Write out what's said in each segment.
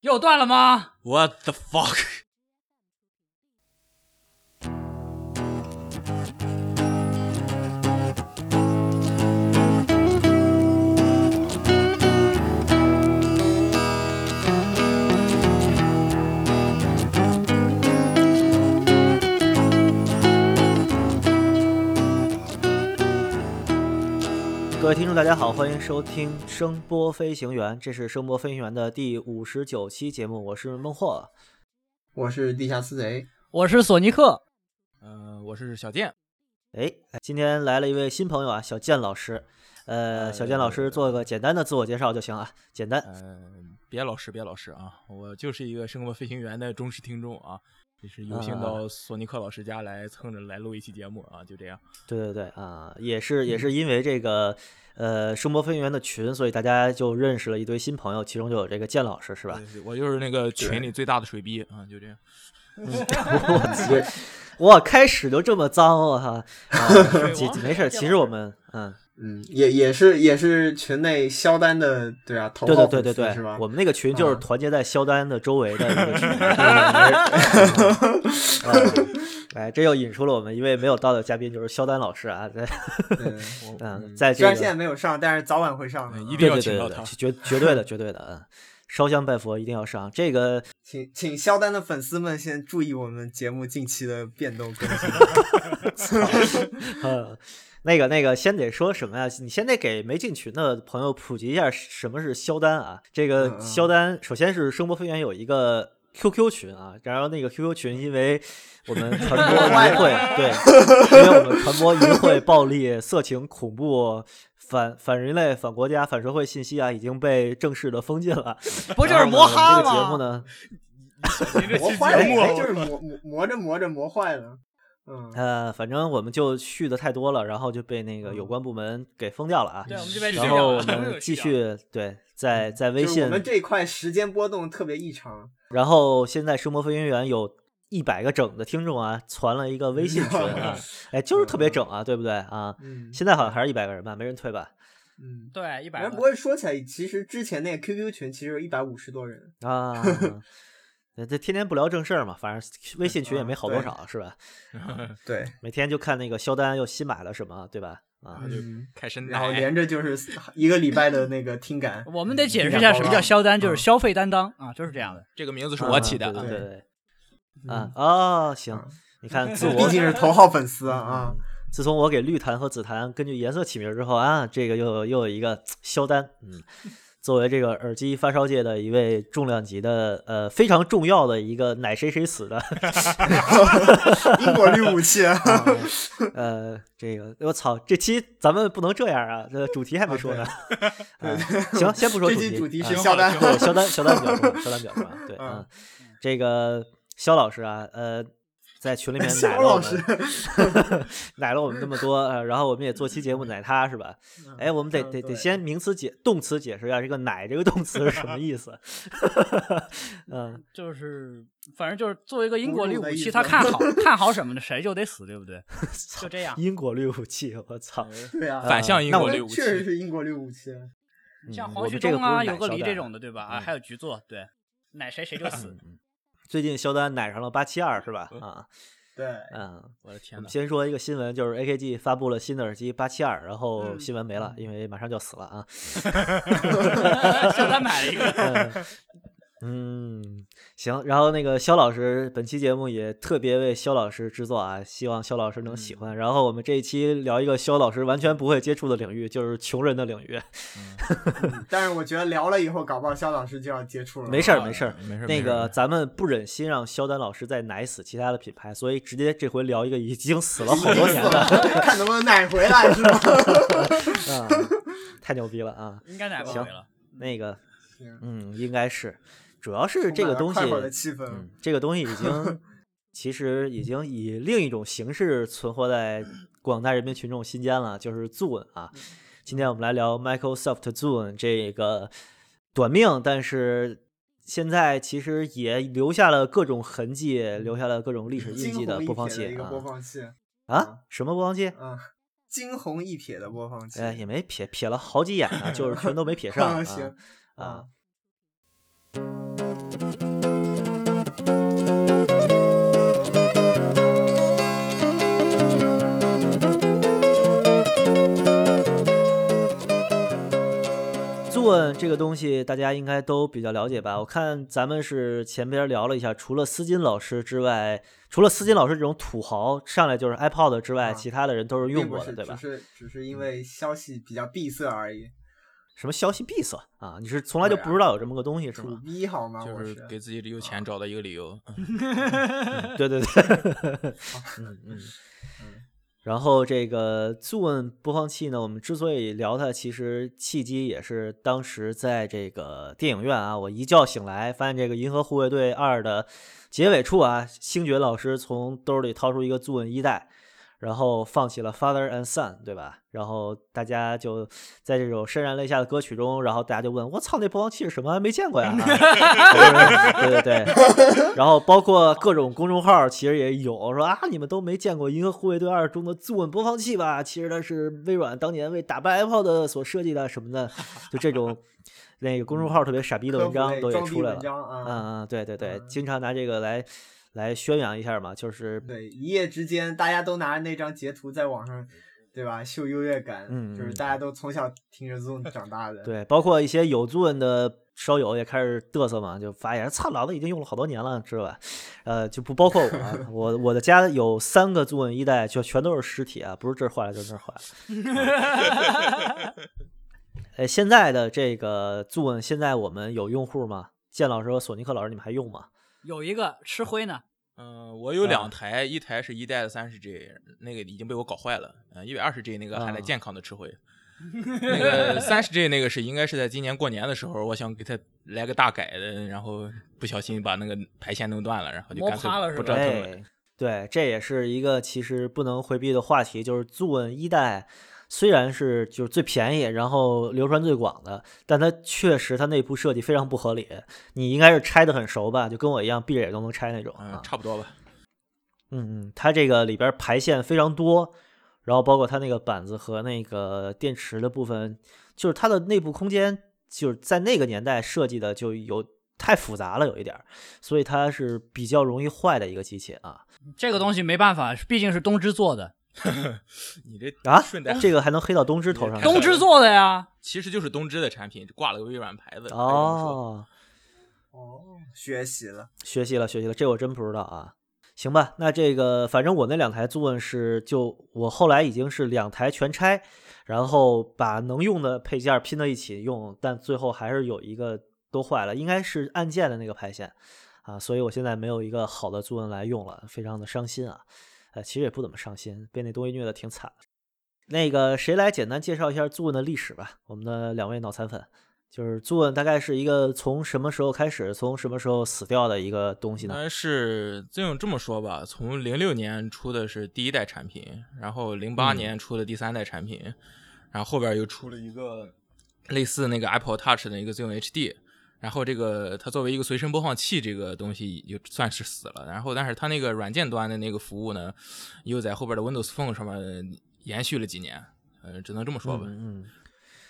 又断了吗？ What the fuck？ 各位听众，大家好，欢迎收听声波飞行员，这是声波飞行员的第五十九期节目，我是孟获。我是地下私贼，我是索尼克，嗯、我是小健。哎，今天来了一位新朋友啊，小健老师。呃，呃小健老师做个简单的自我介绍就行啊，简单。嗯，别老师，别老师啊！我就是一个生活飞行员的忠实听众啊，也是有幸到索尼克老师家来蹭着来录一期节目啊，就这样。对对对啊，也是也是因为这个呃声波飞行员的群，所以大家就认识了一堆新朋友，其中就有这个健老师是吧？对我就是那个群里最大的水逼啊，就这样。也哇，开始就这么脏，我靠！啊水几王几没事儿，其实我们嗯，嗯，也也是也是群内肖丹的，对啊，头对号对对对粉丝对是吧？，我们那个群就是嗯团结在肖丹的周围的一个 群。嗯哎，这又引出了我们一位没有到的嘉宾，就是肖丹老师啊，在对嗯， 在虽这然现在个没有上，但是早晚会上的嗯啊。一定对要对请对到对他对，绝绝对的绝对的啊，烧香拜佛一定要上这个，请请肖丹的粉丝们先注意我们节目近期的变动更新。呃，那个那个先得说什么呀？你先得给没进群的朋友普及一下什么是肖丹啊。这嗯个嗯肖丹，首先是声波飞员有一个 QQ 群啊，然后那个 QQ 群因为我们传播 淫秽，对，因为我们传播淫秽、暴力、色情、恐怖。反反人类、反国家、反社会信息啊，已经被正式的封禁了。不就是然后呢摩哈我们这吗？个节目呢，您这磨期坏节目了，哎啊，就是磨磨磨着磨着磨坏了。嗯，呃，反正我们就续的太多了，然后就被那个有关部门给封掉了啊。对，我们这边然是然这样后啊我们继，续对，在在微就是我信，们这一块时间波动特别异常，然后现在声波飞行员有一百个整的听众啊，传了一个微信群啊，哎，就是特别整啊，对不对啊？嗯现在好像还是一百个人吧，没人退吧？嗯。对，一百哎，不过说起来，其实之前那个 QQ 群其实有一百五十多人，啊。呃这天天不聊正事儿嘛，反正微信群也没好多对少，是吧？对，每天就看那个肖丹又新买了什么，对吧？啊，嗯，开身然后奶，连着就是一个礼拜的那个听感，我们得解释一下什么叫销单，就是嗯消费担当啊，就是这样的。这个名字是啊我起的对啊。对对对对啊哦，行嗯，你看自毕我竟是头号粉丝啊啊， 自从我给绿檀和紫檀根据颜色起名之后啊，这个又又有一个肖丹，嗯，作为这个耳机发烧界的一位重量级的呃非常重要的一个奶谁谁死的英国绿武器啊，呃这个我操，这期咱们不能这样啊，这主题还没说呢，啊行，先不说这主期题，主题啊是肖丹挺，好对，肖丹，肖丹比较重要，肖丹比较 重要。对，嗯嗯，这个肖老师啊，呃，在群里面奶肖了我老师们，奶了我们 这么多，呃，然后我们也做期 节目奶他是吧？ 哎，我们得得得嗯对先名词解动词解释一下这个“奶”这个动词是什么意思？嗯，就是反正就是作为一个因果律侮辱武的意器，思他看 好看好什么的，谁就得死，对不 对？操就这样，因果律武器，我操！嗯对啊，反向因那果我律武器确，实是英国绿武器，嗯像我黄们旭这个东不啊、是奶有个肖梨丹这种的，对吧？啊，还有局座，对，奶谁谁就 死。嗯最近肖丹奶上了八七二是吧？啊，对，嗯，我的天哪我 们！先说一个新闻，就是 AKG 发布了新的耳机八七二，然后嗯新闻没了，因为马上就要死了啊。肖丹买了一个，嗯嗯，行。然后那个肖老师，本期节目也特别为肖老师制作啊，希望肖老师能喜欢。然后我们这一期聊一个肖老师完全不会接触的领域，就是穷人的领域。但是我觉得聊了以后，搞不好肖老师就要接触了，没事儿，没事儿。没事儿。那没个，事儿咱们不忍心让肖丹老师再奶死其他的品牌，所以直接这回聊一个 已经死了好多 年的，看能不能奶回来是吧？ 啊，太牛逼了啊！应该奶不行回了。那个嗯行，嗯，应该是，主要是这个东西，快活的气氛嗯，，这个东西已 经其实已经以另一种形式存活在广大人民群众心间了，就是 Zune 嗯啊。今天我们来聊 Microsoft Zune 这个短命，但是现在其实也留下了各种痕迹，留下了各种历史印惊记鸿的一播放瞥器的一个啊播放器，啊，什么播放器？啊，惊鸿一瞥的播放器，哎，也没瞥 啊瞥了好几眼呢，就是全都没瞥上啊行啊。啊 Zoom 这个东西大家应该都比较了解吧？我看咱们是前边聊了一下，除了斯金老师之外，除了斯金老师这种土豪上来就是 iPod 之外，啊其他的人都是用并不过是的，对吧嗯只？是只是因为消息比较闭塞而已，什么消息闭塞啊？你是从来就对啊不知道有这么个东西是土 吗？逼好吗？就我是是给自己有钱找到一个理由。嗯对 对对，嗯嗯。 然后这个 Zoom 播放器呢，我们之所以聊它，其实契机也是当时在这个电影院啊，我一觉醒来发现这个《银河护卫队二》的结尾处啊，星爵老师从兜里掏出一个 Zoom 一代，然后放起了 Father and Son，对吧？然后大家就在这首潸然泪下的歌曲中，然后大家就问：“我操，那播放器是什么？没见过呀！” 啊对对对，然后包括各种公众号其实也有说啊，你们都没见过《银河护卫队二》中的 Zoom 播放器吧？其实它是微软当年为打败 iPod 所设计的什么的，就这 种那个公众号特别傻逼的科文普章类都也装逼出来文了。章啊，嗯嗯，对对对，嗯经常拿这个来来宣扬一下嘛，就是对，一夜之间大家都拿着那张截图在网上，对吧？秀优越感，嗯就是嗯大家都从小听着 Zoom 长大的， 对，包括一些有作文的烧友也开始嘚瑟嘛，就发言，操，老子已经用了好多年了，知道吧？呃，就不包括我啊，我我的家有三个作文一代，就全都是实体啊，不是这儿坏了就是那儿坏了。 呃，现在的这个作文，现在我们有用户吗？建老师和索尼克老师，你们还用吗？有一个吃灰呢，嗯，我有啊两台，一台是一代的三十 G，那个已经被我搞坏了。嗯，一百二十 G 那个还啊来健康的吃 灰。那个三十 G 那个是应该是在今年过年的时候，我想给它来个大改的，然后不小心把那个排线弄断了，然后就摸干脆趴了是不吧折腾了。哎。对，这也是一个其实不能回避的话题，就是 Zoom 一代虽然是就是最便宜，然后流传最广的，但它确实它内部设计非常不合理。你应该是拆的很熟吧，就跟我一样，闭着眼都能拆那种嗯啊，。差不多吧。嗯嗯，它这个里边儿排线非常多，然后包括它那个板子和那个电池的部分，就是它的内部空间，就是在那个年代设计的就有太复杂了，有一点儿，所以它是比较容易坏的一个机器啊这个东西没办法，毕竟是东芝做的，你这啊顺带，这个还能黑到东芝头上哎 去，东芝做的呀。其实就是东芝的产品，挂了个微软牌子。哦，哦，学习了，学习了学习了，这我真不知道啊。行吧，那这个反正我那两台 Zoom 是就我后来已经是两台全拆，然后把能用的配件拼到一起用，但最后还是有一个都坏了，应该是按键的那个排线啊，所以我现在没有一个好的 Zoom 来用了，非常的伤心啊。呃，其实也不怎么伤心，被那东西虐的挺惨的。那个谁来简单介绍一下 Zoom 的历史吧？我们的两位脑残粉，就是 Zoom 大概是一个从什么时候开始，从什么时候死掉的一个东西应呢？该呃是这种这么说吧，从零六年出的是第一代产品，然后零八嗯年出的第三代产品，然后后边又出了一个类似那个 Apple Touch 的一个 Zoom HD，然后这个它作为一个随身播放器这个东西就算是死了，然后但是它那个软件端的那个服务呢，又在后边的 Windows Phone 上面延续了几年，呃，只能这么说吧。嗯，嗯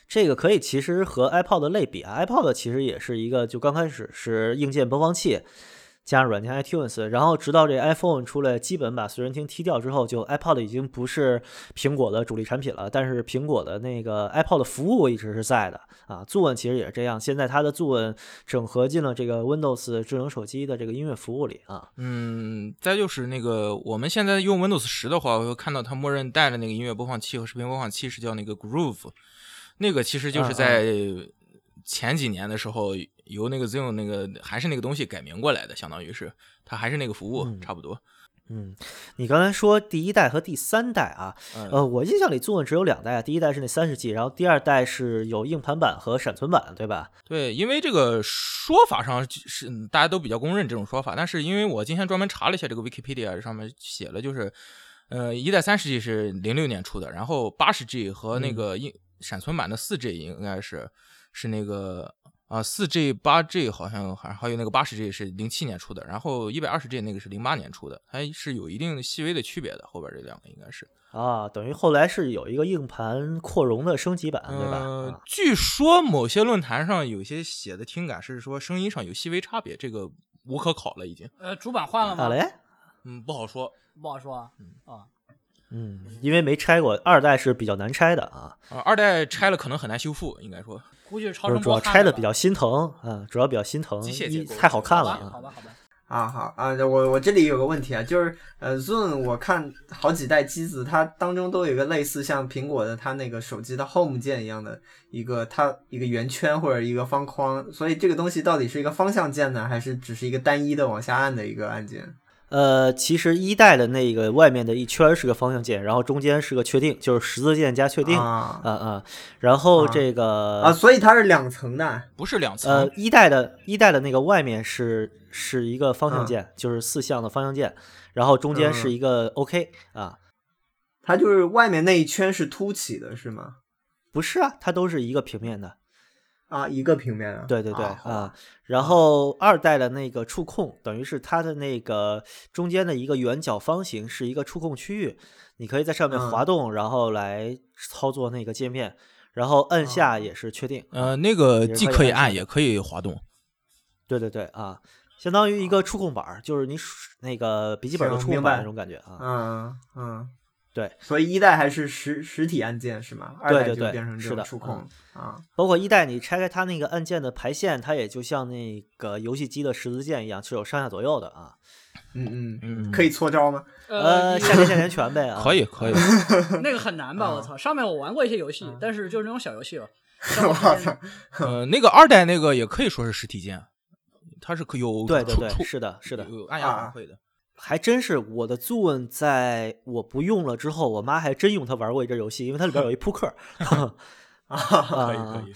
这个可以其实和 iPod 类比啊，iPod 其实也是一个就刚开始是硬件播放器加上软件 iTunes，然后直到这 iPhone 出来，基本把随身听踢掉之后，就 iPod 已经不是苹果的主力产品了。但是苹果的那个 iPod 的服务一直是在的啊，Zoom 其实也是这样，现在它的 Zoom 整合进了这个 Windows 智能手机的这个音乐服务里啊。嗯，再就是那个，我们现在用 Windows 十的话，我会看到它默认带的那个音乐播放器和视频播放器是叫那个 Groove，那个其实就嗯是嗯在前几年的时候，由那个 Zoom 那个还是那个东西改名过来的，相当于是它还是那个服务，嗯差不多。嗯，你刚才说第一代和第三代啊，嗯呃，我印象里 Zoom 只有两代，第一代是那三十 G，然后第二代是有硬盘版和闪存版，对吧？对，因为这个说法上是大家都比较公认这种说法，但是因为我今天专门查了一下这个 Wikipedia 上面写了，就是呃一代三十 G 是零六年出的，然后八十 G 和那个硬闪存版的四 G 应该是是那个啊四 G 八 G 好像还还有那个八十 G 是零七年出的，然后一百二十 G 那个是零八年出的，还是有一定细微的区别的，后边这两个应该是啊，等于后来是有一个硬盘扩容的升级版，对吧？呃啊，据说某些论坛上有些写的听感是说声音上有细微差别，这个无可考了，已经，呃，主板换了好吗？嘞，嗯，不好说。不好说啊。啊，嗯，因为没拆过，二代是比较难拆的啊，啊、二代拆了可能很难修复，应该说，估计是超就是声主波要焊拆的的比较心疼啊，主要比较心疼，机械结一构太好看了吧好吧，好啊，吧，好吧。啊，好啊，我我这里有个问题啊，就是呃，Zoom 我看好几代机子，它当中都有一个类似像苹果的它那个手机的 Home 键一样的一个它一个圆圈或者一个方框，所以这个东西到底是一个方向键呢，还是只是一个单一的往下按的一个按键？呃，其实一代的那个外面的一圈是个方向键，然后中间是个确定，就是十字键加确定，呃啊啊啊，然后啊这个啊，所以它是两层的不是两层。呃，一代的一代的那个外面是是一个方嗯向键，就是四项的方向键，然后中间是一个 OK、啊，它就是外面那一圈是凸起的，是吗？不是啊，它都是一个平面的，啊，一个平面啊。对对对啊啊好吧然后二代的那个触控，等于是它的那个中间的一个圆角方形是一个触控区域，你可以在上面嗯滑动，然后来操作那个界面，然后摁下啊也是确定，呃，那个也是既可以可以按按，也可以滑动。对对对啊，相当于一个触控板儿，就是你数那个笔记本的哦行触控明板白那种感觉啊。嗯嗯，对，所以一代还是实实体按键是吗？二对代对就对变成是这种的嗯触控啊。包括一代，你拆开它那个按键的排线，它也就像那个游戏机的十字键一样，是有上下左右的啊。嗯嗯，嗯，可以搓招吗？呃，你下连下连全呗啊。可以， 可以。 那个很难吧？啊我操！上面我玩过一些游戏，但是就是那种小游戏 吧。我操！呃，那个二代那个也可以说是实体键，它是可有对对触对触，是的，是的，啊有按压反馈的。还真是我的 Zoom 在我不用了之后，我妈还真用它玩过一阵游戏，因为它里边有一扑 克。啊，可以可以。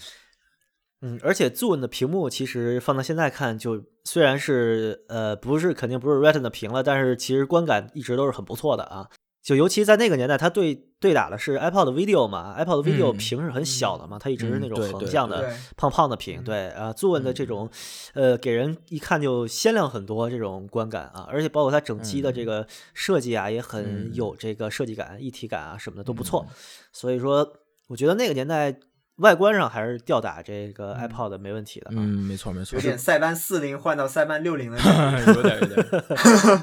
嗯，而且 Zoom 的屏幕其实放到现在看就，虽然是呃不是肯定不是 Retina 的屏了，但是其实观感一直都是很不错的啊。就尤其在那个年代，它对对打的是 iPod Video 嘛，iPod Video 嗯屏是很小的嘛，它一直是嗯那种对横对嗯向的对，胖胖的屏，对啊，Zoom 的这种呃给人一看就鲜亮很多这种观感啊，而且包括它整机的这个设计啊，也很嗯有这个设计感、一体感啊什么的都不错。所以说，我觉得那个年代外观上还是吊打这个 iPod 没问题的。嗯，没错没错有。点塞班四零换到塞班六零的 感 觉有点有点。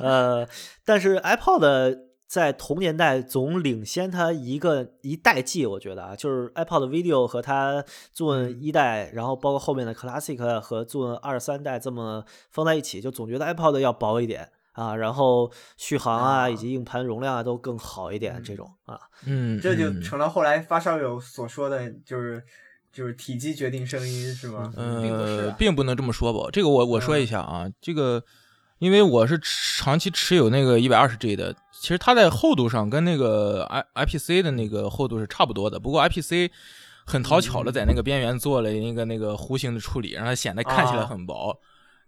呃，但是 iPod 在同年代总领先它一个一代际，我觉得啊，就是 iPod Video 和它 Zoom 一代，然后包括后面的 Classic 和 Zoom 二三代这么放在一起，就总觉得 iPod 要薄一点。啊，然后续航啊，啊以及硬盘容量啊，都更好一点，这种啊，嗯，这就嗯成了后来发烧友所说的，就是就是体积决定声音，是吗？嗯并不是呃啊，并不能这么说吧。这个我我说一下啊，这个因为我是持长期持有那个一百二十 G 的，其实它在厚度上跟那个 I IPC 的那个厚度是差不多的，不过 IPC。很讨巧的，在那个边缘做了一个那个弧形的处理，让它显得看起来啊很薄。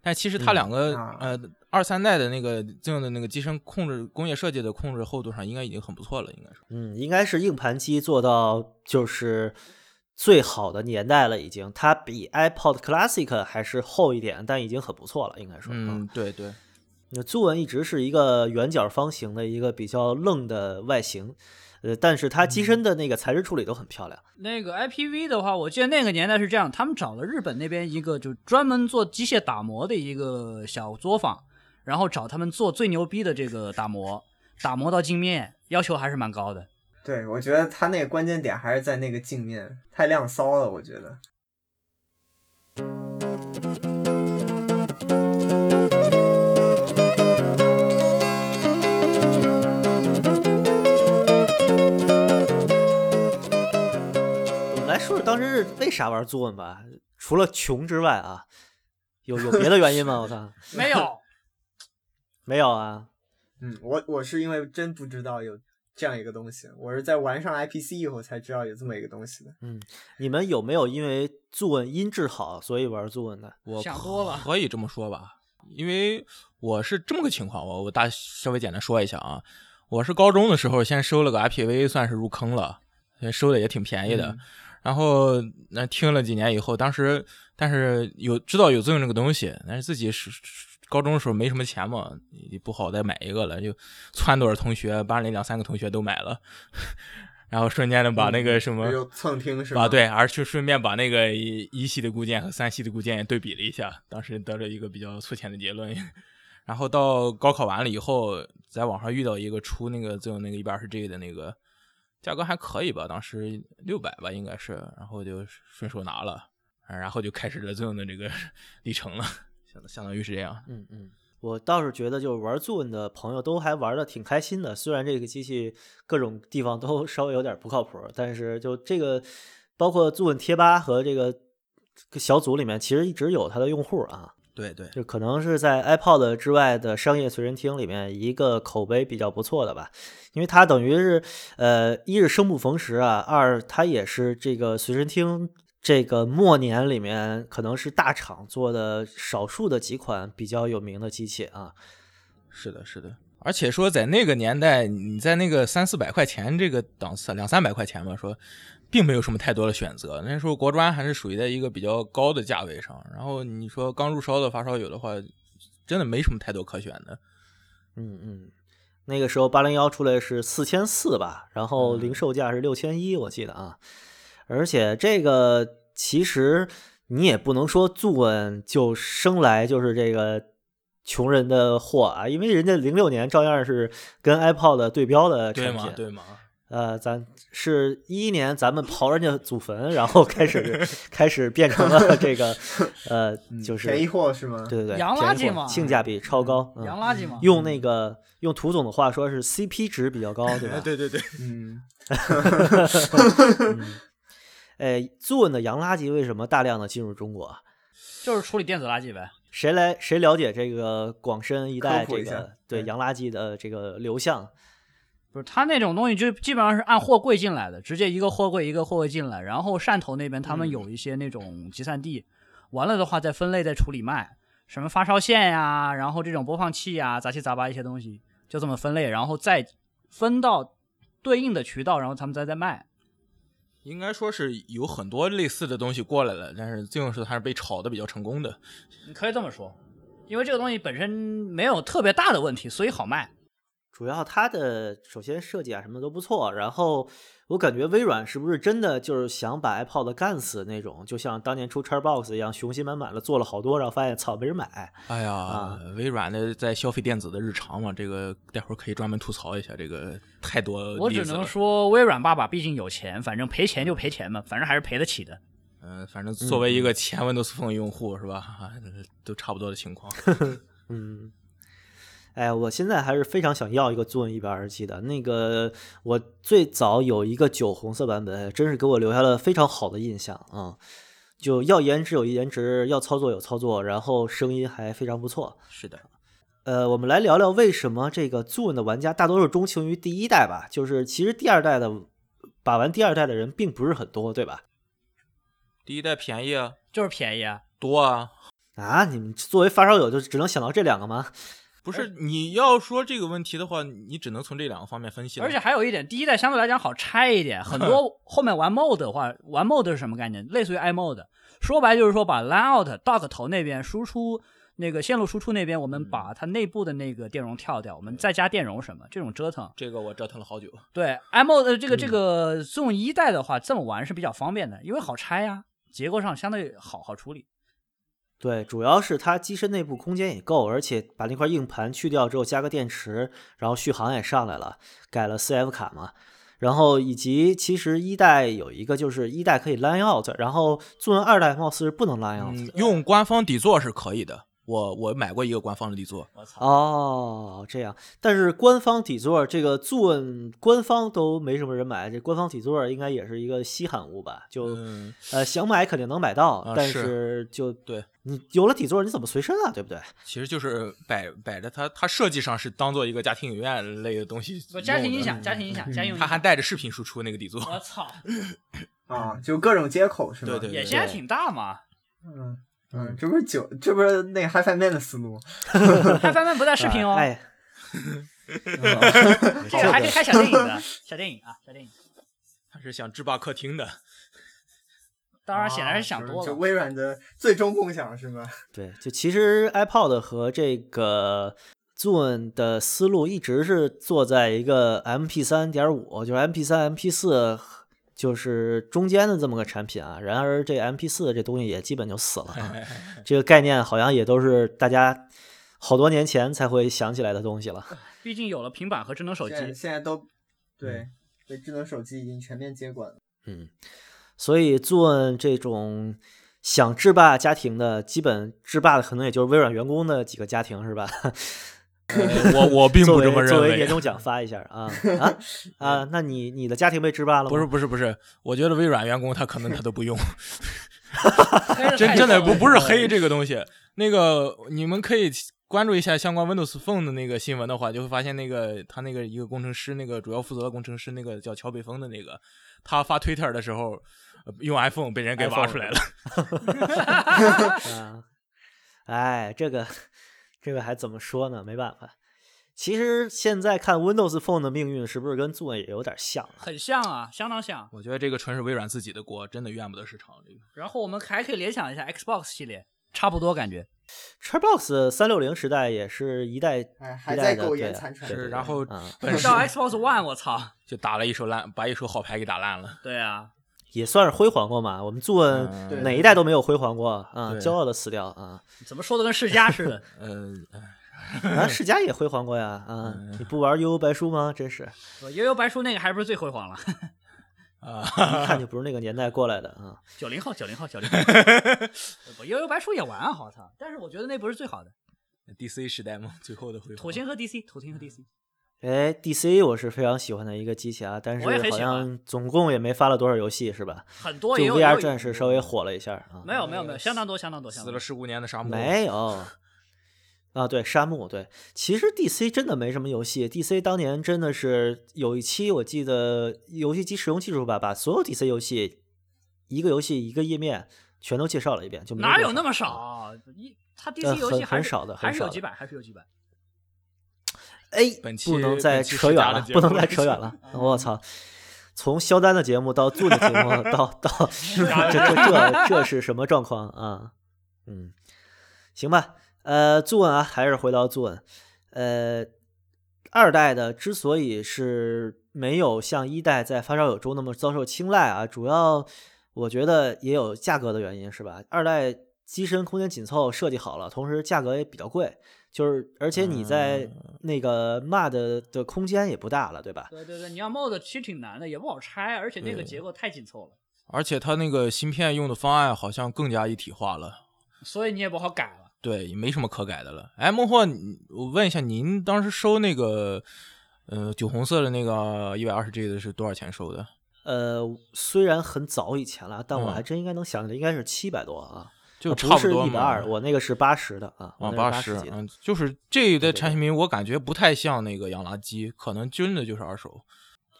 但其实它两个、啊呃二三代的那个用的那个机身控制工业设计的控制厚度上，应该已经很不错了，应该是。嗯，应该是硬盘机做到就是最好的年代了，已经。它比 iPod Classic 还是厚一点，但已经很不错了，应该说。嗯啊，，对对，那朱文一直是一个圆角方形的一个比较愣的外形，呃，但是它机身的那个材质处理都很漂亮。那个 IPV 的话，我记得那个年代是这样，他们找了日本那边一个就专门做机械打磨的一个小作坊，然后找他们做最牛逼的这个打磨，打磨到镜面，要求还是蛮高的。对，我觉得它那个关键点还是在那个镜面，太亮骚了，我觉得。我们来说说当时是为啥玩朱文吧，除了穷之外啊，有有别的原因吗？我操，没 有，没有啊。嗯，我我是因为真不知道有这样一个东西，我是在玩上 IPC 以后才知道有这么一个东西的。你们有没有因为朱文音质好，所以玩朱文的？我想多了可以这么说吧，因为我是这么个情况，我我大稍微简单说一下啊，我是高中的时候先收了个 IPV，算是入坑了，收的也挺便宜的。嗯然后那听了几年以后，当时但是有知道有这么这个东西，但是自己是高中的时候没什么钱嘛，也不好再买一个了，就撺掇着同学，班里两三个同学都买了， 然后瞬间的把那个什么。有蹭听是吧？啊，对，而去顺便把那个一一系的固件和三系的固件也对比了一下，当时得了一个比较粗浅的结论。 然后到高考完了以后，在网上遇到一个出那个自用那个一百二十 G 的那个，价格还可以吧，当时六百吧应该是，然后就顺手拿了，啊然后就开始了自用的这个 历程了，相相当于是这样。嗯嗯，我倒是觉得，就是玩 Zune 的朋友都还玩的挺开心的。虽然这个机器各种地方都 稍微有点不靠谱，但是就这个，包括 Zune 贴吧和这个小组里面，其实一直有它的用户啊。对对，就可能是在 iPod 之外的商业随身听里面一个口碑比较不错的吧，因为它等于是呃，一是生不逢时啊，二它也是这个随身听这个末年里面可能是大厂做的少数的几款比较有名的机器啊。是的，是的。而且说在那个年代，你在那个三四百块钱这个档次，两三百块钱吧，说并没有什么太多的选择。那时候国专还是属于在一个比较高的价位上，然后你说刚入烧的发烧友的话，真的没什么太多可选的。嗯嗯，那个时候八零幺出来是四千四吧，然后零售价是六千一，我记得啊。而且这个其实你也不能说 Zune 就生来就是这个穷人的货啊，因为人家零六年照样是跟 iPod 对标的对产吗品。？对吗？呃，咱是一一年咱们刨人家祖坟，然后开始开始变成了这个呃，就是便宜货是吗？对对对，洋便垃宜圾货嘛性价比超高。嗯洋垃圾啊嘛。用那个用涂总的话说是 CP 值比较高，对 吧？哎，对对对，嗯，哎，Zune 的洋垃圾为什么大量的进入中国啊？就是处理电子垃圾呗。谁来谁了解这个广深一带科普这一下个对嗯洋垃圾的这个流向？不是，他那种东西就基本上是按货柜进来的，直接一个货柜一个货柜进来，然后汕头那边他们有一些那种集散地，完了的话再分类再处理卖，什么发烧线呀、然后这种播放器呀、杂七杂八一些东西，就这么分类，然后再分到对应的渠道，然后他们再再卖。应该说是有很多类似的东西过来了，但是最后是还是被炒的比较成功的。你可以这么说，因为这个东西本身没有特别大的问题，所以好卖。主要它的首先设计啊什么都不错，然后我感觉微软是不是真的就是想把 iPod 干死那种，就像当年出 Xbox 一样，雄心满满的做了好多，然后发现操没人买。哎呀，啊微软的在消费电子的日常嘛，这个待会儿可以专门吐槽一下，这个太多我例只子能了说，微软爸爸毕竟有钱，反正赔钱就赔钱嘛，反正还是赔得起的。嗯，反正作为一个前 Windows Phone 用户是吧， 啊都差不多的 情况。嗯，哎，我现在还是非常想要一个 Zune 一百二十七的。那个，我最早有一个酒红色版本，真是给我留下了非常好的印象啊、就要颜值有颜值，要操作有操作，然后声音还非常不错。是的，呃，我们来聊聊为什么这个 Zune 的玩家大多数钟情于第一代吧，就是其实第二代的把玩第二代的人并不是很多，对吧？第一代便宜啊，就是便宜啊！多啊，啊，你们作为发烧友就只能想到这两个吗？不哎是你要说这个问题的话，你只能从这两个方面分析了。而且还有一点，第一代相对来讲好拆一点，很多后面玩 mod 的话，玩 mod 是什么概念？类似于 imod，说白就是说把 layout dock 头那边输出那个线路输出那边，我们把它内部的那个电容跳掉，我们再加电容什么这种折腾。这个我折腾了好久。对 imod 呃这个这个 Zoom 一代的话，这么玩是比较方便的，因为好拆呀、结构上相对好好处理。对，主要是它机身内部空间也够，而且把那块硬盘去掉之后加个电池，然后续航也上来了，改了 CF 卡嘛。然后以及其实一代有一个就是一代可以 line out，然后 Zune 二代貌似是不能哎 line out 的。嗯，用官方底座是可以的，我我买过一个官方的底座。我操！哦，这样，但是官方底座这个 Zune 官方都没什么人买，这官方底座应该也是一个稀罕物吧？就、嗯，呃想买肯定能买到，啊但是是就对你有了底座你怎么随身啊？对不对？其实就是摆摆着它，它设计上是当做一个家庭影院类的东西用的。嗯家庭音响，家庭音响，家用音它还响。带着视频输出那个底座。我操，啊，就各种接口是吗？对对野心还挺大嘛。嗯嗯，这不是酒，这不是那个 HiFi Man 的思路。还翻翻不带视频哦，哎，这个还可以拍啊小电影的，小电影啊，小电影。 它是想制霸客厅的。当然显然是想啊就是多就了。微软的最终共享是吗？ 对，就其实 iPod 和这个 Zune 的思路一直是坐在一个 MP 三点五，就是 MP 三、MP 四，就是中间的这么个产品啊。然而这 MP 四这东西也基本就死了啊，这个概念好像也都是大家好多年前才会想起来的东西了。毕竟有了平板和智能手机 现，在现在都嗯对对，智能手机已经全面接管了。嗯，所以 Zune 这种想制霸家庭的，基本制霸的可能也就是微软员工的几个家庭是吧？ 我我并作不为这么认作为为 年。终奖发一下啊啊啊！那你你的家庭被制霸了吗？不是不是不是，我觉得微软员工他可能他都不用，黑了真太真的多不了不是黑这个东西。那个你们可以关注一下相关 Windows Phone 的那个新闻的话，就会发现那个他那个一个工程师，那个主要负责的工程师，那个叫乔北风的那个，他发 Twitter 的时候。呃用 iPhone 被人给挖 iPhone 出来了，啊，哎，这个这个还怎么说呢？没办法。其实现在看 Windows Phone 的命运是不是跟 Zune 也有点像啊？很像啊，相当像。我觉得这个纯是微软自己的锅，真的怨不得市场。这个然后我们还可以联想一下 Xbox 系列，差不多感觉。 Xbox 三六零时代也是一代哎一还代在的苟对延残喘对对是对然后啊本身到 Xbox One，我操！就打了一手烂，把一手好牌给打烂了。对啊，也算是辉煌过嘛。我们 Zune 嗯对哪一代都没有辉煌过啊，对骄傲的死掉 啊。怎么说的跟世嘉似的？呃，啊，世嘉也辉煌过呀啊！嗯你不玩悠悠白书吗？真是我呃悠悠白书那个还不是最辉煌了？一看就不是那个年代过来的啊。九零后，九零后，九零后。我悠悠白书也玩啊，好操！但是我觉得那不是最好的。 DC 时代嘛，最后的辉煌。土星和 DC，土星和 DC，哎，DC 我是非常喜欢的一个机器啊，但是我也很好喜欢像总共也没发了多少游戏是吧？很多就也有。也 VR 有战士稍微火了一下啊，没有没有没有，相当多相当多，相死当了多。十五年的沙漠，没有啊？对，沙漠对，其实 DC 真的没什么游戏，DC 当年真的是有一期我记得游戏机使用技术吧，把所有 DC 游戏一个游戏一个页面全都介绍了一遍，就没哪有那多么啊少？一他呃 DC 游戏很还很是少的很还是有少的几百，还是有几百。哎，本期不能再本期是扯远大的了，节不能目再了 扯远了。我操！从肖丹的节目到祝的节目， 到到这这这这是什么状况啊？嗯，行吧。呃，祝文啊，还是回到祝文。呃，二代的之所以是没有像一代在发烧友中那么遭受青睐啊，主要我觉得也有价格的原因，是吧？二代机身空间紧凑，设计好了，同时价格也比较贵，就是而且你嗯在那个 MUD 的空间也不大了，对吧？对对对，你要 mod 其实挺难的，也不好拆，而且那个对结构太紧凑了，而且它那个芯片用的方案好像更加一体化了，所以你也不好改了。对，也没什么可改的了。哎，孟获，你我问一下，您当时收那个呃酒红色的那个一百二十 G 的是多少钱收的？呃，虽然很早以前了，但我嗯还真应该能想起来，应该是七百多啊，就啊差不不是多一百嘛二，我那个是八十的啊，我啊，那八十几的。嗯，就是这一代对对产品我感觉不太像那个洋垃圾，可能真的就是二手。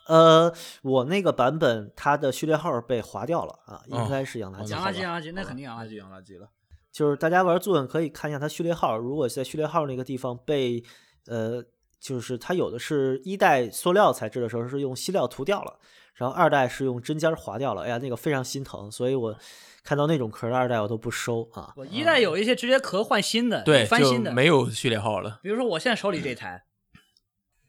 呃，我那个版本它的序列号被划掉了啊，哦应该是养垃圾。洋好垃吧圾，洋垃圾，啊那好吧肯定洋垃圾。洋垃圾了。就是大家玩作文可以看一下它序列号，如果在序列号那个地方被呃，就是它有的是一代塑料材质的时候是用锡料涂掉了，然后二代是用针尖儿划掉了，哎呀，那个非常心疼，所以我看到那种壳的二代我都不收啊。我一代有一些直接壳换新的，对，翻新就的，没有序列号了。比如说我现在手里这台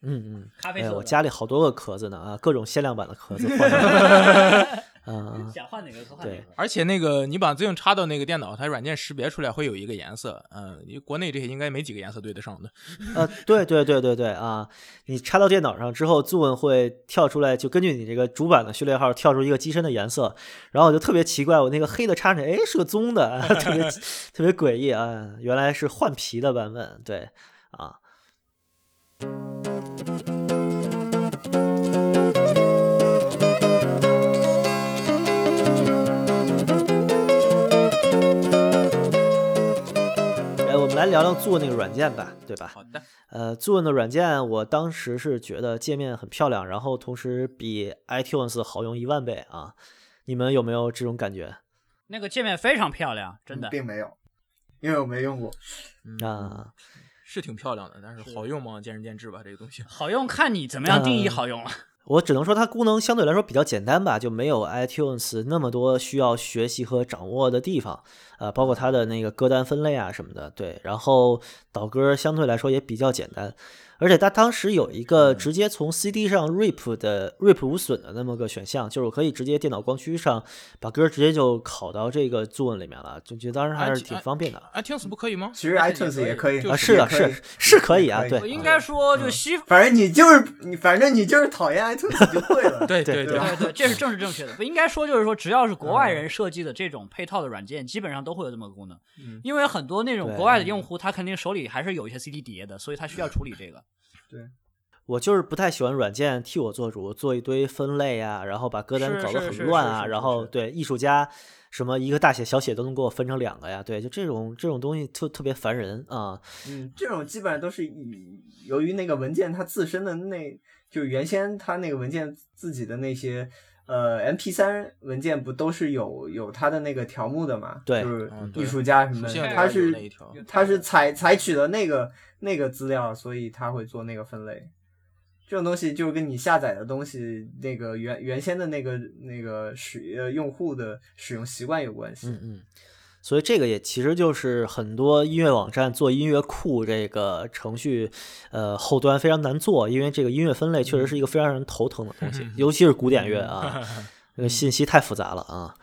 嗯嗯，咖啡哎色呀，的，我家里好多个壳子呢啊，各种限量版的壳子换 了。 嗯，想换哪个壳换哪对个。而且那个你把 Zoom 插到那个电脑，它软件识别出来会有一个颜色，嗯、因为国内这些应该没几个颜色对得上的。呃，对对对对对啊！你插到电脑上之后，Zoom 会跳出来，就根据你这个主板的序列号跳出一个机身的颜色，然后我就特别奇怪，我那个黑的插上去，哎，是个棕的， 特别特别诡异啊！原来是换皮的版本，对啊。哎，我们来聊聊 Zoom 那个软件吧，对吧？好的，呃，Zoom 的软件，我当时是觉得界面很漂亮，然后同时比 iTunes 好用一万倍啊！你们有没有这种感觉那个界面非常漂亮，真嗯的。并没有，因为我没用过。啊？是挺漂亮的，但是好用吗？见仁见智吧，这个东西。好用看你怎么样定义嗯好用了。我只能说它功能相对来说比较简单吧，就没有 iTunes 那么多需要学习和掌握的地方，呃，包括它的那个歌单分类啊什么的，对。然后导歌相对来说也比较简单，而且它当时有一个嗯直接从 CD 上 rip 的 rip 无损的那么个选项，就是我可以直接电脑光驱上把歌直接就拷到这个 Zune 里面了，就觉得当时还是挺方便的。 iTunes 不可以吗？其实 iTunes 也可以就啊，啊就是也啊，可是以是可以啊，可以对我，应该说，嗯就西反正你就是你，反正你就是讨厌 iTunes 就对了。对对对对对对，这是正是正确的。不应该说就是说，只要是国外人设计的这种配套的软件，基本上都会有这么个功能。嗯因为很多那种对国外的用户，他肯定手里还是有一些 CD 碟的，所以他需要处理这个。我就是不太喜欢软件替我做主，做一堆分类啊，然后把歌单是搞是得很是乱是啊，是然是后是对艺术家什么一个大写小写都能给我分成两个呀，对，就这种这种东西特特别烦人啊。嗯，这种基本上都是以由于那个文件它自身的那，就是原先它那个文件自己的那些呃 MP 3文件不都是有有它的那个条目的嘛？对就是嗯对艺术家什么属性的，里它边有是那一条它是采采取了那个那个资料，所以它会做那个分类。这种东西就是跟你下载的东西那个原原先的那个那个使呃用户的使用习惯有关系。嗯嗯，所以这个也其实就是很多音乐网站做音乐库这个程序，呃，后端非常难做，因为这个音乐分类确实是一个非常让人头疼的东西，尤其是古典乐啊，这个信息太复杂了啊。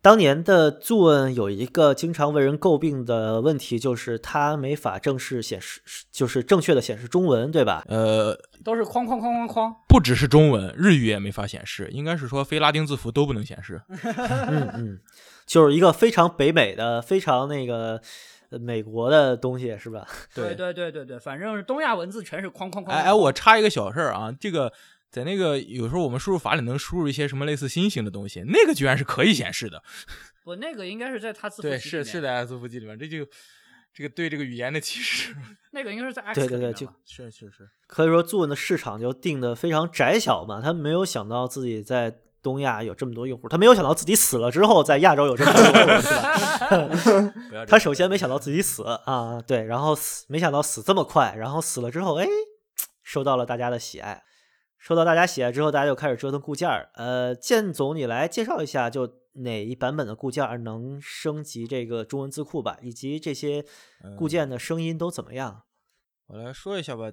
当年的 Zune 有一个经常为人诟病的问题，就是它没法正式显示，就是正确的显示中文，对吧？呃，都是哐哐哐哐哐，不只是中文，日语也没法显示，应该是说非拉丁字符都不能显示。嗯嗯，就是一个非常北美的、非常那个呃美国的东西，是吧？对对对对对，反正是东亚文字全是哐哐哐。哎哎，我插一个小事儿啊，这个在那个有时候我们输入法里能输入一些什么类似星星的东西，那个居然是可以显示的。我那个应该是在他字符对，集是里面是，在字符集里面，这就这个对这个语言的歧视。那个应该是在 X 对对里面对就吧是是是，可以说 Zoom 的市场就定的非常窄小嘛，他没有想到自己在东亚有这么多用户，他没有想到自己死了之后在亚洲有这么多用户，是吧？不要这样他首先没想到自己死啊，对，然后死没想到死这么快，然后死了之后，哎，受到了大家的喜爱，受到大家喜爱之后，大家就开始折腾固件儿。呃，建总，你来介绍一下，就哪一版本的固件儿能升级这个中文字库吧，以及这些固件的声音都怎么样？我来说一下吧，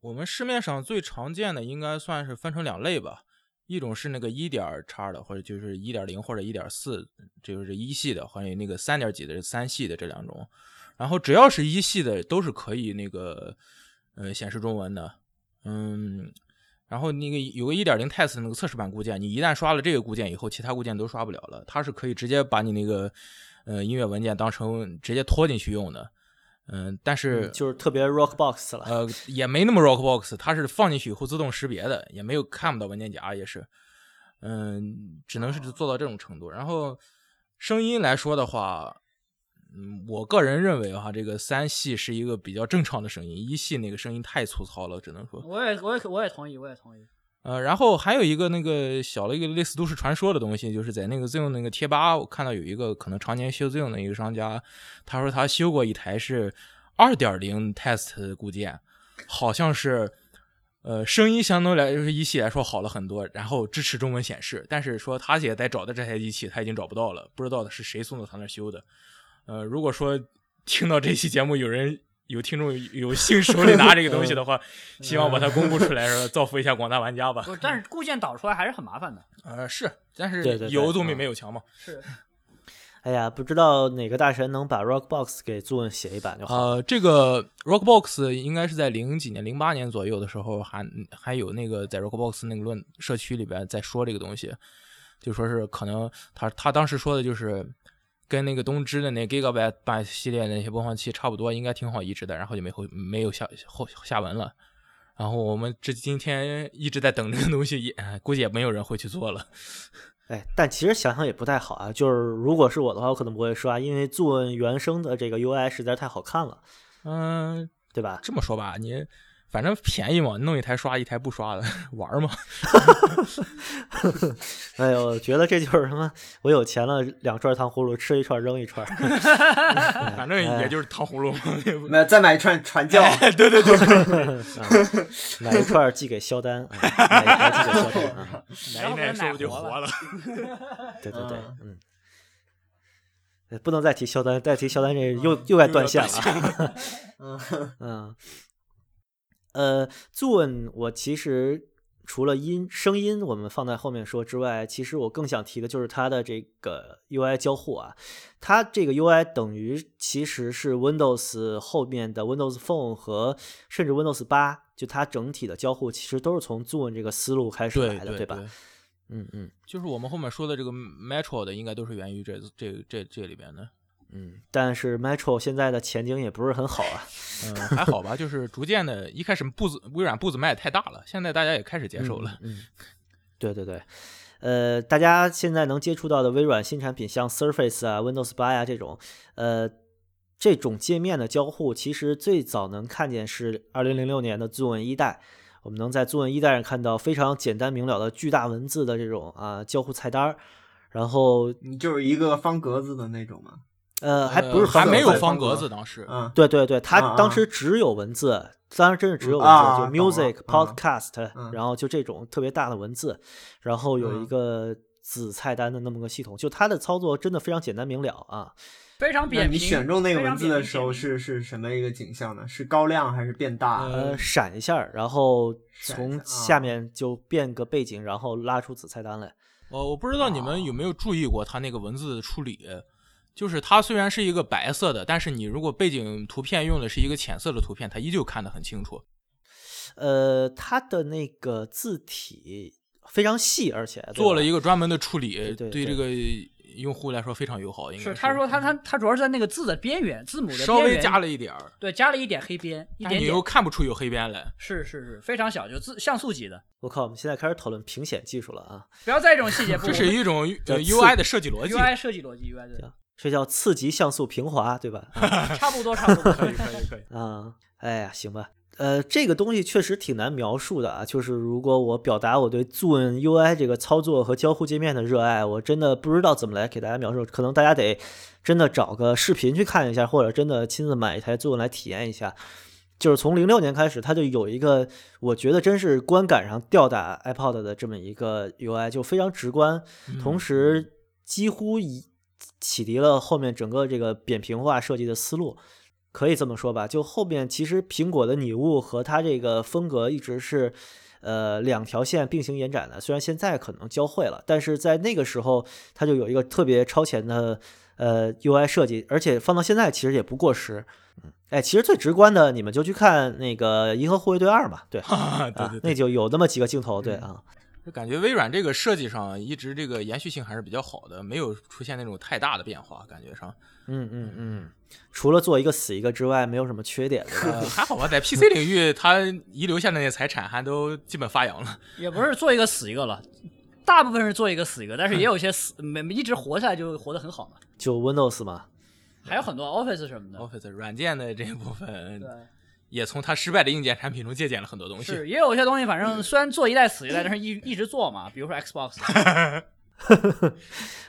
我们市面上最常见的应该算是分成两类吧，一种是那个一点叉的，或者就是一点零或者一点四，就是一系的，还有那个三点几的三系的这两种。然后只要是一系的都是可以那个呃显示中文的，嗯。然后那个有个一点零 test 的那个测试版固件，你一旦刷了这个固件以后，其他固件都刷不了了。它是可以直接把你那个呃音乐文件当成直接拖进去用的，嗯、但是、就是特别 Rockbox 了，呃，也没那么 Rockbox，它是放进去以后自动识别的，也没有看不到文件夹，也是，嗯，只能是做到这种程度。然后声音来说的话，嗯，我个人认为哈，这个三系是一个比较正常的声音，一系那个声音太粗糙了，只能说，我也我也我也同意，我也同意。呃，然后还有一个那个小的一个类似都市传说的东西，就是在那个 Zoom 那个贴吧，我看到有一个可能常年修 Zoom 的一个商家，他说他修过一台是二点零 test 固件，好像是呃声音相对来就是一系来说好了很多，然后支持中文显示，但是说他也在找的这台机器他已经找不到了，不知道是谁送到他那儿修的。呃，如果说 听到这期节目有人有听众 有幸手里拿这个东西的话，希望把它公布出来，说造福一下广大玩家吧。不是，但是固件导出来还是很麻烦的。呃，是，但对对对是有总比没有强嘛。是，哎呀，不知道哪个大神能把 Rockbox 给 Zoom 写一版就好。呃，这个 Rockbox 应该是在零几年、零八年左右的时候还，还有那个在 Rockbox 那个论社区里边在说这个东西，就说是可能他他当时说的就是跟那个东芝的那 Gigabyte 版系列那些播放器差不多，应该挺好移植的，然后就没后没有下后下文了。然后我们这今天一直在等这个东西，也 哎估计也没有人会去做了。哎，但其实想想也不太好啊。就是如果是我的话，我可能不会刷，因为 Zoom 原生的这个 UI 实在太好看了，嗯、对吧？这么说吧，你反正便宜嘛，弄一台刷一台不刷的 玩儿嘛。哎呦，我觉得这就是什么，我有钱了，两串糖葫芦吃一串扔一串， 哎反正也就是糖葫芦嘛。 那再买一串传教，对对对，啊买一串寄给肖丹，啊买一台寄给肖丹啊，奶一奶说不定就活了。对对对嗯，嗯。哎不能再提肖丹，再提肖丹这又又该断线了。 嗯，嗯，呃，Zoom，我其实除了音声音我们放在后面说之外，其实我更想提的就是它的这个 UI 交互啊，它这个 UI 等于其实是 Windows 后面的 Windows Phone 和甚至 Windows 八，就它整体的交互其实都是从 Zoom 这个思路开始来的，对吧？？嗯嗯就是我们后面说的这个 Metro 的，应该都是源于这这这这里边 的。嗯，但是 Metro 现在的前景也不是很好啊，嗯，还好吧，就是逐渐的，一开始步子微软步子迈得太大了，现在大家也开始接受了。嗯。嗯对对对，呃，大家现在能接触到的微软新产品，像 Surface 啊、Windows 八呀、这种，呃，这种界面的交互，其实最早能看见是二零零六年的 Zoom 一代。我们能在 Zoom 一代上看到非常简单明了的巨大文字的这种啊交互菜单儿，然后你就是一个方格子的那种嘛，呃还不呃是还方没格有子方格子，当时嗯对对对，啊它啊当时只有文字，当然真是只有文字，啊就 music、懂了 podcast，、嗯然后就这种特别大的文字，然后有一嗯个子菜单的那么个系统，就它的操作真的非常简单明了啊。非常那扁平。你选中那个非常文字的扁平时候扁平是是什么一个景象呢？是高亮还是变大？呃呃，闪一下儿，然后嗯闪一从下下啊面就变个背景，然后拉出子菜单来。呃我我不知道你们有没有注意过它那个文字的处理，就是它虽然是一个白色的，但是你如果背景图片用的是一个浅色的图片，它依旧看得很清楚。呃，它的那个字体非常细，而啊且对做吧了一个专门的处理，对对对这个用户来说非常友好，应该是他说他他他主要是在那个字的边缘，字母的稍微边缘加了一点儿，对加了一点黑边，一哎但是点你又点看不出有黑边来。是是是非常小，就字像素级的，我靠，我们现在开始讨论屏显技术了啊，不要在这种细节部这分。是一种呃刺 UI 的设计逻辑。 UI 设计逻辑，UI 对，这叫次级像素平滑，对吧？啊差不多差不多。可以可以可 以，啊，哎呀，行吧。呃，这个东西确实挺难描述的啊。就是如果我表达我对 Zoom UI 这个操作和交互界面的热爱，我真的不知道怎么来给大家描述。可能大家得真的找个视频去看一下，或者真的亲自买一台 Zoom 来体验一下。就是从零六年开始，它就有一个我觉得真是观感上吊打 iPod 的这么一个 UI，就非常直观，同时几乎一启迪了后面整个这个扁平化设计的思路。可以这么说吧，就后面其实苹果的拟物和它这个风格一直是，呃，两条线并行延展的。虽然现在可能交汇了，但是在那个时候，它就有一个特别超前的呃 UI 设计，而且放到现在其实也不过时。嗯，哎，其实最直观的，你们就去看那个《银河护卫队二》嘛， 对，啊，对对啊，那对，嗯就有那么几个镜头，对啊，就感觉微软这个设计上一直这个延续性还是比较好的，没有出现那种太大的变化，感觉上。嗯嗯嗯，除了做一个死一个之外，没有什么缺 点，对吧呃还好吧，在 PC 领域，它遗留下的那些财产还都基本发扬了。 也不是做一个死一个了，大部分是做一个死一个，但是也有一些死没一直活下来就活得很好嘛，就 Windows 嘛，还有很多 Office 什么的， Office 软件的这一部分，对，也从它失败的硬件产品中借鉴了很多东西。是也有一些东西，反正虽然做一代死一代，但是一一直做嘛，比如说 Xbox，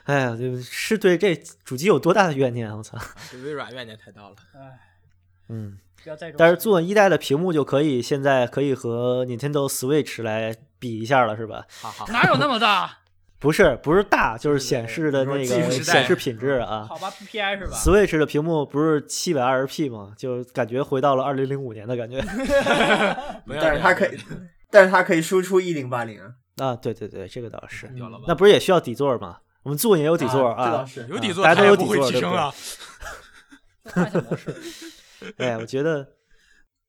哎呀，就是是对这主机有多大的怨念啊！我操，这微软怨念太大了。嗯，不要再但是做一代的屏幕就可以，现在可以和 Nintendo Switch 来比一下了，是吧？哈哈，哪有那么大？不是，不是大，就是显示的那你说技个术时代显示品质啊好。吧，PPI 是吧？ Switch 的屏幕不是七百二十 P 吗？就感觉回到了二零零五年的 感觉不要但是它可以，但是它可以输出一零八零啊，啊！对对对，这个倒是。掉了吧？那不是也需要底座吗？我们 Zoom 也有底座这倒啊。是。嗯有底座，大家都有它底不座会提升啊。换一下模式，哎，我觉得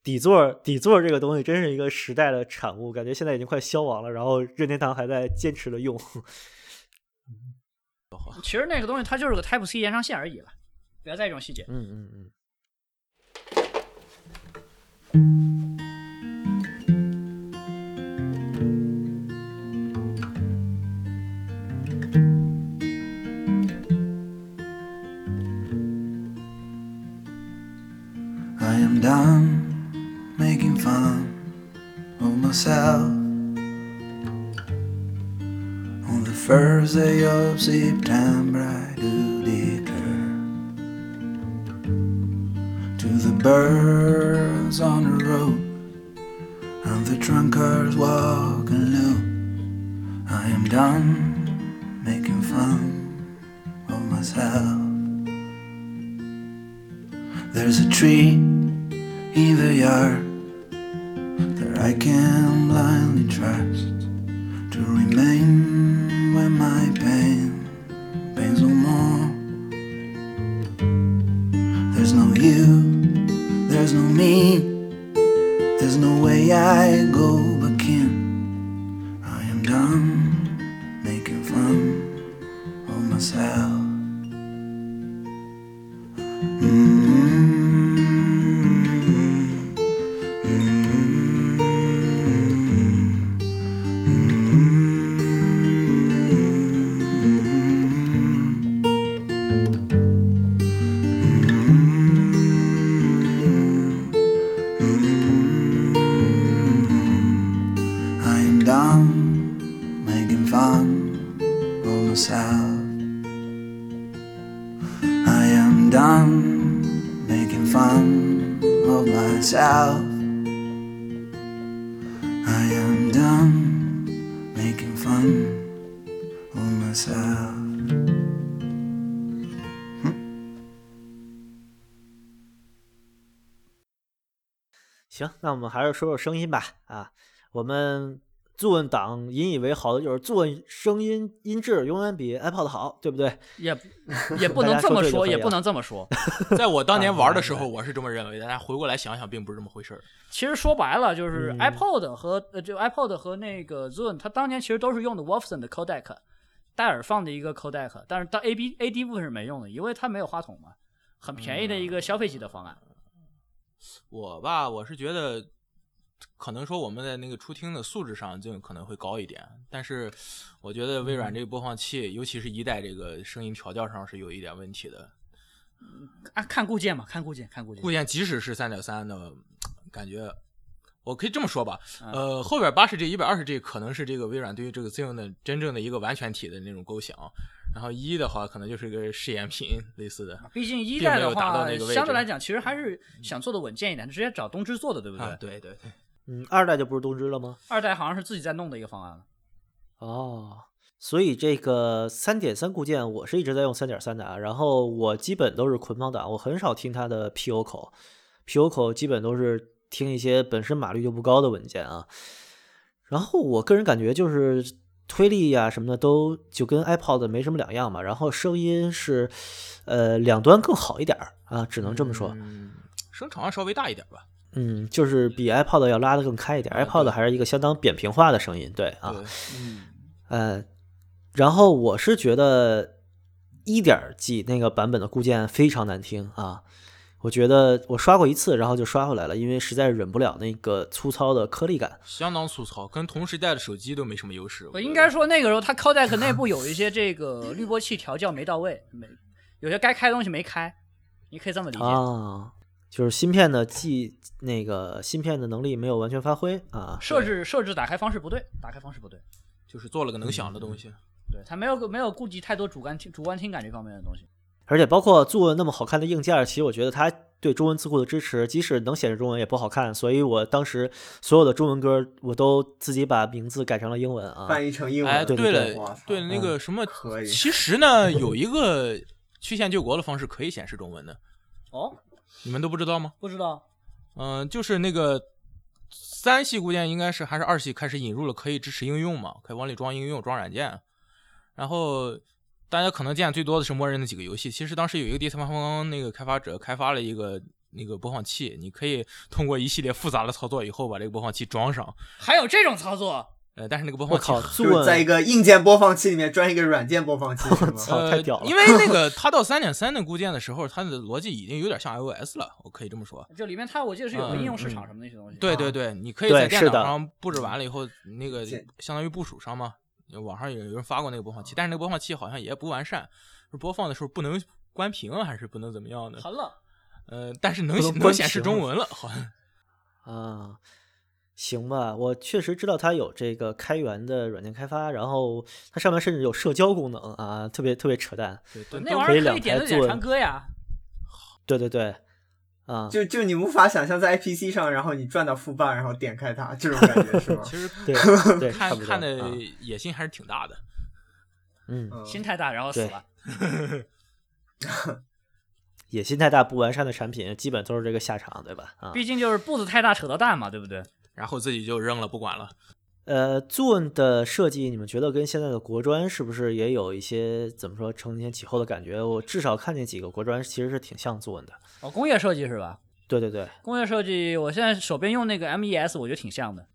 底座底座这个东西真是一个时代的产物，感觉现在已经快消亡了。然后任天堂还在坚持的用。 其实那个东西它就是个 Type C 延长线而已了，不要在这种细节。嗯嗯嗯。 I am done making fun myself on the first day of September. I do declare to the birds on the road and the drunkards walking low. I am done making fun of myself. There's a tree in the yard that I can blindly trust to remain when my pain pains no more. There's no you, there's no me, there's no way I go back in. I am done making fun of myself. Mm-hmm. I am done making fun of myself. I am done making fun of myself. I am done making fun of myself. 行，那我们还是说说声音吧。啊，我们作文党引以为豪的就是作文声音音质永远比 iPod 好，对不对？也也不能这么说，也不能这么说。 在我当年玩的时候，我是这么认为的，但回过来想想，并不是这么回事儿。其实说白了，就是 iPod 和、呃，就 iPod 和那个 Zune，它当年其实都是用的 Wolfson 的 codec，戴尔放的一个 codec，但是当 AB AD 部分是没用的，因为它没有话筒嘛，很便宜的一个消费级的方案。我吧，我是觉得，可能说我们在那个初听的素质上就可能会高一点，但是我觉得微软这个播放器，尤其是一代这个声音调教上是有一点问题的。啊，看固件嘛，看固件，看固件。固件即使是三点三的感觉，我可以这么说吧，呃，后边八十 G、一百二十 G 可能是这个微软对于这个 Zune 的真正的一个完全体的那种构想，然后一的话可能就是一个试验品类似的。毕竟一代的并没有达到话那个位，置相对来讲，其实还是想做的稳健一点，直接找东芝做的，对不对？啊，对对对，嗯，二代就不是东芝了吗？二代好像是自己在弄的一个方案了。哦，所以这个三点三固件，我是一直在用三点三的啊，然后我基本都是捆绑档，我很少听它的 PO 口，PO 口基本都是听一些本身码率就不高的文件啊。然后我个人感觉就是推力呀、什么的都就跟 iPod 没什么两样嘛，然后声音是呃两端更好一点儿啊，只能这么说，嗯，声场上稍微大一点吧。嗯，就是比 iPod 要拉得更开一点啊对，iPod 还是一个相当扁平化的声音，对啊。对，呃，然后我是觉得一点儿 G 那个版本的固件非常难听啊，我觉得我刷过一次，然后就刷回来了，因为实在是忍不了那个粗糙的颗粒感。相当粗糙，跟同时代的手机都没什么优势。我觉得应该说那个时候它 codec 内部有一些这个滤波器调教没到位，没有些该开的东西没开，你可以这么理解。啊，就是芯片的记那个芯片的能力没有完全发挥啊。设置设置打开方式不对，打开方式不对，就是做了个能响的东西。对它没有没有顾及太多主观听主观听感这方面的东西。而且包括做那么好看的硬件儿，其实我觉得它对中文字库的支持，即使能显示中文也不好看，所以我当时所有的中文歌儿我都自己把名字改成了英文啊。翻译成英文。哎，对对对嗯哇了塞，对那个什么，可以其实呢，有一个曲线救国的方式可以显示中文的，哦，你们都不知道吗？不知道嗯、就是那个三系固件应该是还是二系开始引入了可以支持应用嘛，可以往里装应用、装软件。然后大家可能见的最多的是默认的几个游戏。其实当时有一个第三方那个开发者开发了一个那个播放器，你可以 通过一系列复杂的操作以后把这个播放器装上。还有这种操作，呃，但是那个播我放器靠，就做是在一个硬件播放器里面装一个软件播 放器，是吗操太屌了呃。因为那个它到三点三的固件的时候，它的逻辑已经有点像 iOS 了，我可以这么说。就里面它我记得是有个嗯应用市场什么那些东西。对啊对对，你可以对在电是的脑上布置完了以后，那个这相当于部署上嘛。网上有有人发过那个播放器，但是那个播放器好像也不完善，是播放的时候不能关屏啊还是不能怎么样的？好了，呃，但是能不能能关啊显示 屏中文了，好像？啊，行吧，我确实知道它有这个开源的软件开发，然后它上面甚至有社交功能啊，特别特别扯淡。对都那玩可以意儿可两以点台对点做唱歌呀。对对对，啊，就就你无法想象在 IPC 上，然后你转到负半，然后点开它，这种感觉是吗其实 对对，看差不多看的啊野心还是挺大的。嗯，嗯心太大，然后死对了。野心太大不完善的产品，基本都是这个下场，对吧？啊，毕竟就是步子太大扯到蛋嘛，对不对？然后自己就扔了，不管了。呃，Zune 的设计，你们觉得跟现在的国专是不是也有一些怎么说承前启后的感觉？我至少看见几个国专其实是挺像 Zune 的。哦，工业设计是吧？对对对，工业设计，我现在手边用那个 MES，我觉得挺像的。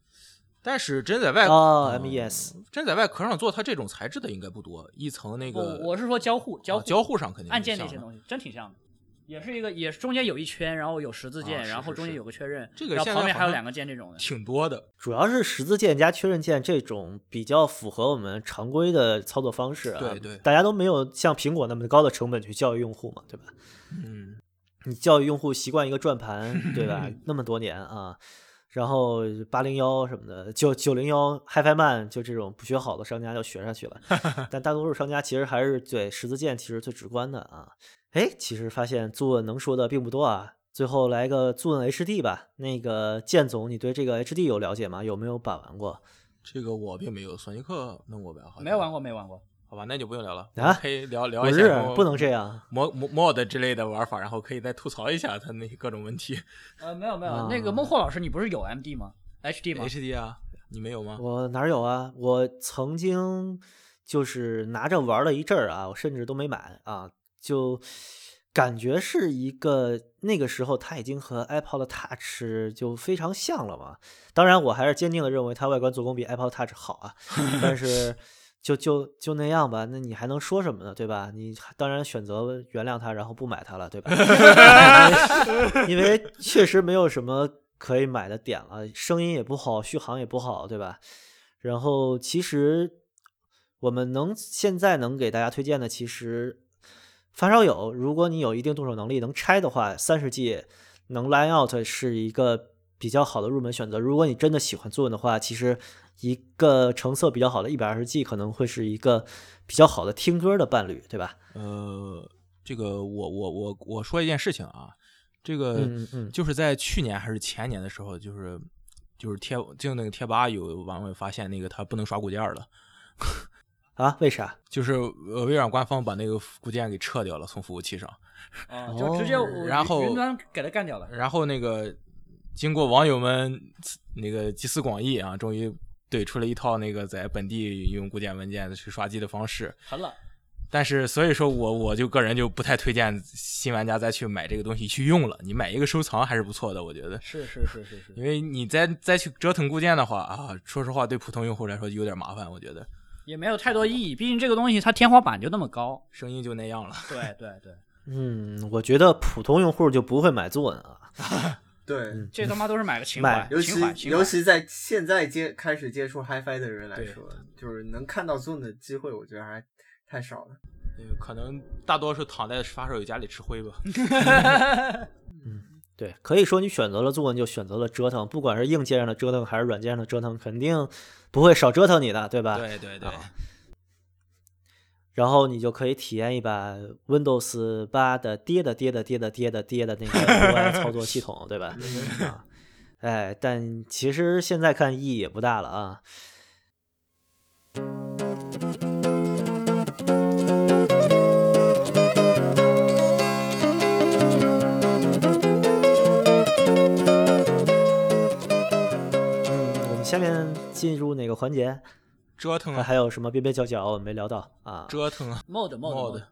但是真在外、嗯哦，MES，真在外壳上做它这种材质的应该不多，一层那我个我是说交互、交啊互、交互上肯定按键那那些东西，真挺像的。也是一个，也是中间有一圈，然后有十字键，啊是然后是中间是有个确认，这个然后现旁在边好还有像两个键这种的。挺多的。主要是十字键加确认键这种比较符合我们常规的操作方式啊。对对大家都没有像苹果那么高的成本去教育用户嘛，对吧？嗯，你教育用户习惯一个转 盘，对吧？那么多年啊，然后八零幺什么的，九九零幺、HiFi Man 就这种不学好的商家就学上去了， 但大多数商家其实还是对十字键其实最直观的啊。哎，其实发现 Zune 能说的并不多啊。最后来个 Zune HD 吧。那个建总，你对这个 HD 有了解吗？有没有把玩过？这个我并没有，索尼克弄过呗，好像没玩过，没玩过。好吧，那就不用聊了嗯啊可以聊聊不一是下我，不能这样。 mod mod 之类的玩法，然后可以再吐槽一下它那各种问题。呃，没有没有，啊那个孟获老师，你不是有 MD 吗？HD 吗？ HD 啊，你没有吗？我哪儿有啊？我曾经就是拿着玩了一阵儿啊，我甚至都没买啊，就感觉是一个那个时候它已经和 iPod Touch 就非常像了嘛。当然，我还是坚定的认为它外观做工比 iPod Touch 好啊，但是。就就就那样吧，那你还能说什么呢？对吧？你当然选择原谅它，然后不买它了，对吧？ 因为确实没有什么可以买的点了，声音也不好，续航也不好，对吧？然后其实我们能现在能给大家推荐的，其实发烧友，如果你有一定动手能力，能拆的话，三十 G 能 line out 是一个比较好的入门选择。如果你真的喜欢作文的话，其实一个成色比较好的一百二十 G 可能会是一个比较好的听歌的伴侣，对吧？呃，这个我我我我说一件事情啊，这个嗯嗯就是在去年还是前年的时候，就是就是贴就那个贴吧有网友发现那个它不能刷固件了，啊，为啥？就是呃微软官方把那个固件给撤掉了，从服务器上，啊，就直接我然后云端给他干掉了。然后那个经过网友们那个集思广益啊，终于怼出了一套那个在本地用固件文件去刷机的方式，疼了，但是，所以说我我就个人就不太推荐新玩家再去买这个东西去用了。你买一个收藏还是不错的，我觉得，是是是是是，因为你再再去折腾固件的话啊，说实话对普通用户来说有点麻烦，我觉得也没有太多意义，毕竟这个东西它天花板就那么高。声音就那样了。对对对，嗯，我觉得普通用户就不会买作文啊。对，嗯这他妈都是买个情买怀，尤情怀，其情怀尤其在现在接开始接触 HiFi 的人来对说，就是能看到 Zoom 的机会，我觉得还太少了。那个可能大多数躺在发烧友家里吃灰吧。对，可以说你选择了做，你就选择了折腾，不管是硬件上的折腾还是软件上的折腾，肯定不会少折腾你的，对吧？对对对，然后你就可以体验一把 Windows 八的跌的跌的跌的跌的跌的那个 UI 操作系统，对吧？啊，哎，但其实现在看意义也不大了啊。嗯嗯，我们下面进入哪个环节？折腾看啊还有什么边边角角我们没聊到啊？折腾啊 mod mod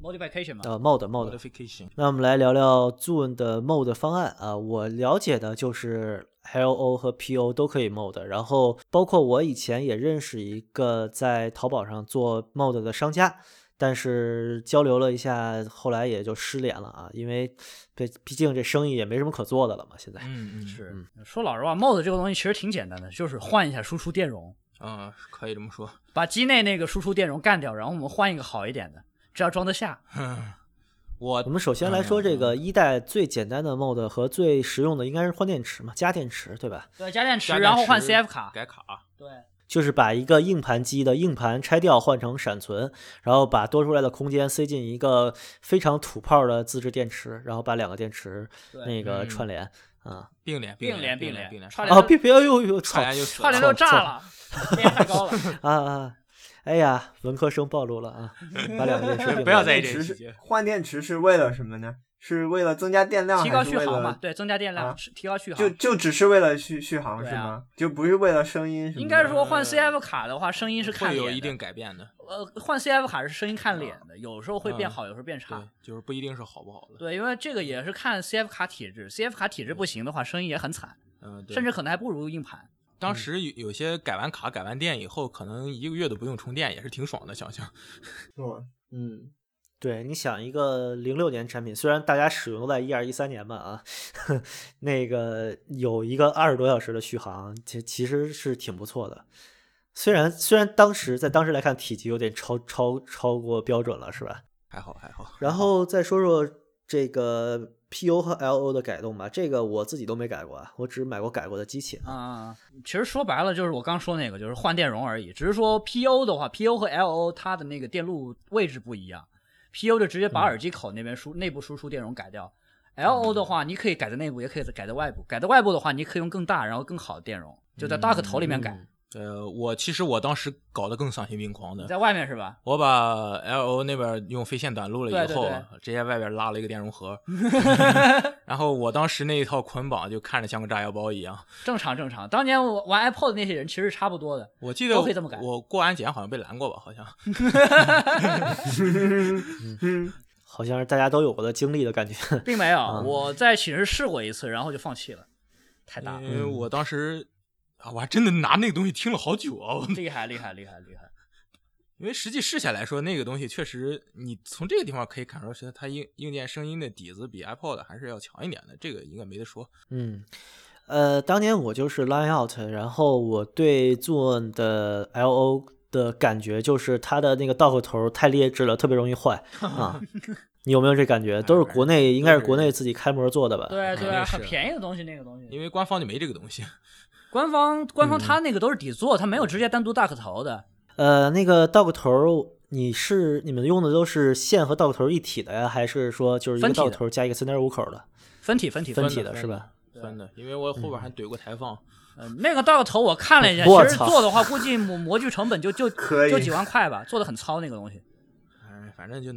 mod modification 嘛，呃，mod mod， ，modification 那我们来聊聊 Zune 的 mod 方案啊。我了解的就是 LO 和 PO 都可以 mod，然后包括我以前也认识一个在淘宝上做 mod 的商家，但是交流了一下，后来也就失联了啊，因为毕毕竟这生意也没什么可做的了嘛，现在。嗯嗯是说老实话，mod 这个东西其实挺简单的，就是换一下输出电容，啊，可以这么说。把机内那个输出电容干掉，然后我们换一个好一点的，只要装得下。 我我们首先来说这个一代最简单的 mod 和最实用的应该是换电池嘛，加电池对吧？对，加电池，加然后电换池 CF 卡，改卡，对，就是把一个硬盘机的硬盘拆掉换成闪存，然后把多出来的空间塞进一个非常土炮的自制电池，然后把两个电池对那个嗯串联啊、并联并联联并联并联，串嗯、联哦，都别别，哎呦呦，操串联就死串了联都错炸了，边缘太高了。啊啊！哎呀，文科生暴露了 啊！把两个电池并联不要在换意电这池个是细节换电池是为了什么呢？是为了增加电量，提高还是续为航嘛了，对，增加电量，啊是提高续就航。就只是为了续续航对是啊吗？就不是为了声音什么的？应该是说呃换 CF 卡的话，声音是看会脸有的。一定啊改变的，呃，换 CF 卡是声音看脸的，有时候会变嗯好，有时候变对差。，就是不一定是好不好的，对，因为这个也是看 CF 卡体质，CF 卡体质不行的话，声音也很惨，嗯，对甚至可嗯能还不如硬盘。当时有有些改完卡、改完电以后，可能一个月都不用充电，也是挺爽的。想想，哦嗯，对，你想一个零六年产品，虽然大家使用都在一二一三年吧啊， 那个有一个二十多小时的续航，其其实是挺不错的。虽然虽然当时在当时来看体积有点超超超过标准了，是吧？还好还好。然后再说说这个 PO 和 LO 的改动吧，这个我自己都没改过啊，我只买过改过的机器。啊、其实说白了就是我刚说那个，就是换电容而已。只是说 PO 的话，PO 和 LO 它的那个电路位置不一样，PO 就直嗯接把耳机口那边输、内部输出电容改掉，LO 的话你可以改在内部，也可以改在外部。改在外部的话，你可以用更大然后更好的电容，就在 dock 头里面改。呃，我其实我当时搞得更丧心病狂你的，在外面是吧？我把 L O 那边用飞线短路了以对后，对直接外边拉了一个电 容盒，然后我当时那一套捆绑就看着像个炸药包一样。正常正常。当年我玩 iPod 那些人其实差不多的。我记得都可以这么改我过安检好像被拦过吧，好像。好像是大家都有过的经历的感觉。并没有，嗯我在寝室试过一次，然后就放弃了，太大了，因为我当时啊，我还真的拿那个东西听了好久 啊，我厉害厉害厉害厉害，因为实际试下来说，那个东西确实，你从这个地方可以感受出它硬硬件声音的底子比 iPod 还是要强一点的，这个应该没得说。嗯，呃，当年我就是 Line Out，然后我对 Zoom 的 LO 的感觉就是它的那个 dock 头儿太劣质了，特别容易坏啊。你有没有这感觉？都是国内，应该是国内自己开模做的吧？对嗯肯定对，啊是很便宜的东西，那个东西，因为官方就没这个东西，官方官方它那个都是底座，它没有直接单独大个头的，呃，那个 dock 头儿，你是你们用的都是线和 dock 头儿一体的呀，还是说就是一个分体 dock 的头儿加一个三点五口儿的分体分体分分体体，的分是的吧？分的。因为我后嗯边还怼过台放，呃那个大个头我看了一下，我其实操做的话估计模模具成本就就可 以就几万块吧，做的很糙那个东西，哎，反正就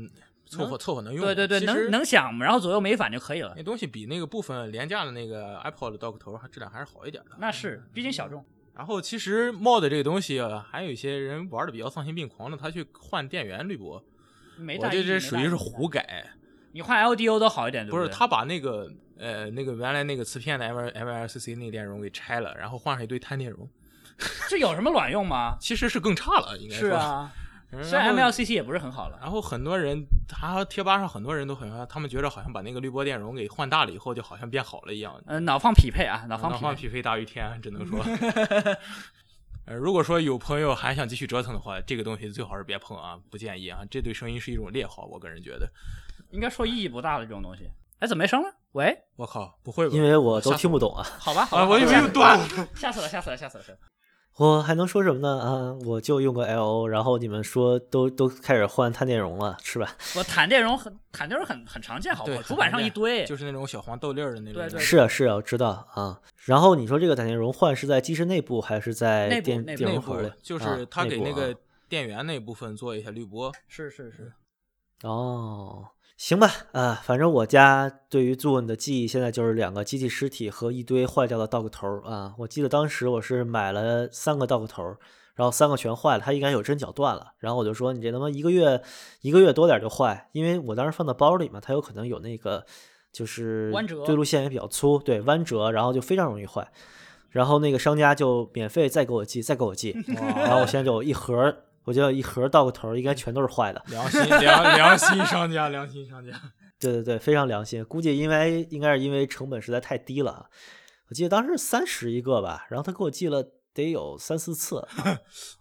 凑合凑合能用。对对对，哎其实能能响，然后左右没反就可以了那，东西比那个部分廉价的那个 iPod 到个头还质量还是好一点的。那是毕竟小众，然后其实 mod 这个东西、啊，还有一些人玩的比较丧心病狂的，他去换电源滤波，没我大意这义没这属大于意是义胡改。你换 LDO 都好一点，对不是，对他把那个呃那个原来那个磁片的 M M L C C 那个电容给拆了，然后换上一堆碳电容，这有什么卵用吗？其实是更差了，应该是说。啊，嗯，虽然然后 MLCC 也不是很好了。然后很多人，他贴吧上很多人都好像，他们觉得好像把那个滤波电容给换大了以后，就好像变好了一样。呃，脑放匹配啊，脑放能匹放配。匹配大于天，啊只能说。呃，如果说有朋友还想继续折腾的话，这个东西最好是别碰啊，不建议啊，这对声音是一种劣化，我个人觉得。应该说意义不大的这种东西。哎，怎么没声了？喂，我靠，不会吧？因为我都吓死听不懂啊。好吧，好吧，啊，我以又为又断了。吓死了，吓死了，吓死了，吓死了。我还能说什么呢？啊，我就用个 LO，然后你们说都都开始换碳电容了，是吧？我弹电容很弹电容很很常见，好不对好？，主板上一堆，就是那种小黄豆粒儿的那种。对对是啊，是啊，我知道啊。然后你说这个碳电容换是在机身内部还是在内部电内部电内容部盒里？就是他啊给那内部啊 个电源那部分做一下滤波。是是嗯是，哦，行吧，啊，反正我家对于 Zoom 的记忆现在就是两个机器尸体和一堆坏掉的 dock 头儿啊。我记得当时我是买了三个 dock 头儿，然后三个全坏了，它应该有针脚断了。然后我就说你这他妈一个月一个月多点儿就坏，因为我当时放到包里嘛，它有可能有那个就是弯折对路线也比较粗，对弯折，然后就非常容易坏。然后那个商家就免费再给我寄，再给 我寄，然后我现在就有一盒儿，我就有一盒 dock 头儿，应该全都是坏的。良心良良心商家，良心商家。 对对对，非常良心。估计因为应该是因为成本实在太低了啊，我记得当时三十一个吧，然后他给我寄了得有三四次，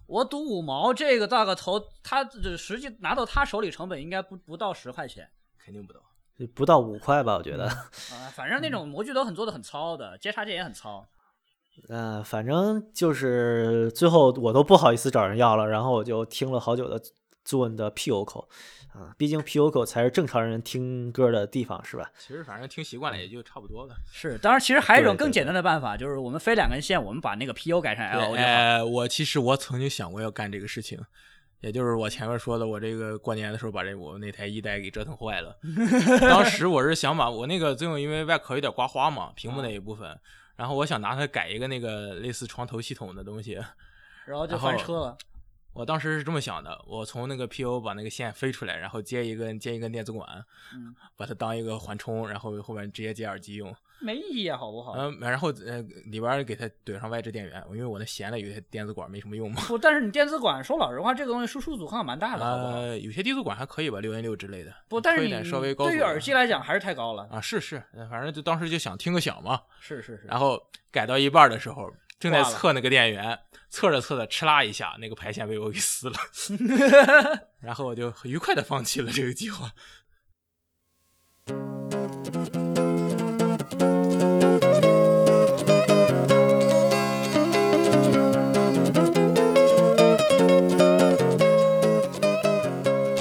我赌五毛这个大个头，他这实际拿到他手里成本应该不不到十块钱，肯定不到，不到五块吧，我觉得。啊，反正那嗯种模具都很做的很糙的，接插件也很糙。 嗯，反正就是最后我都不好意思找人要了，然后我就听了好久的 Zune 的 Pioco 啊，毕竟 Pioco 才是正常人听歌的地方，是吧？其实反正听习嗯惯了也就差不多了。是，当然，其实还有一种对更对简单的办法，就是我们飞两根线，我们把那个 PU 改成 LO 就好。哎，我其实我曾经想过要干这个事情，也就是我前面说的，我这个过年的时候把这我那台一代给折腾 坏了。当时我是想把我那个 Zoom，因为外壳有点刮花嘛，屏啊幕那一部分，然后我想拿它改一个那个类似床头系统的东西。然后就然后翻车了。我当时是这么想的，我从那个 PO 把那个线飞出来，然后接一根接一根电子管，嗯把它当一个缓冲，然后后面直接接耳机用。没意义啊，好不好？嗯，然后呃里边儿给它怼上外置电源，因为我那闲了有些电子管没什么用嘛。不，但是你电子管，说老实话，这个东西输出阻抗蛮大的，好不好？呃，有些低速管还可以吧，六 N 六之类的。不，但是推你点稍微高对于速耳机来讲还是太高了。啊，是是，呃反正就当时就想听个响嘛。是是是，然后改到一半的时候，正在挂了测那个电源，测着测着，哧啦一下，那个排线被我给 撕了，然后我就很愉快的放弃了这个计划。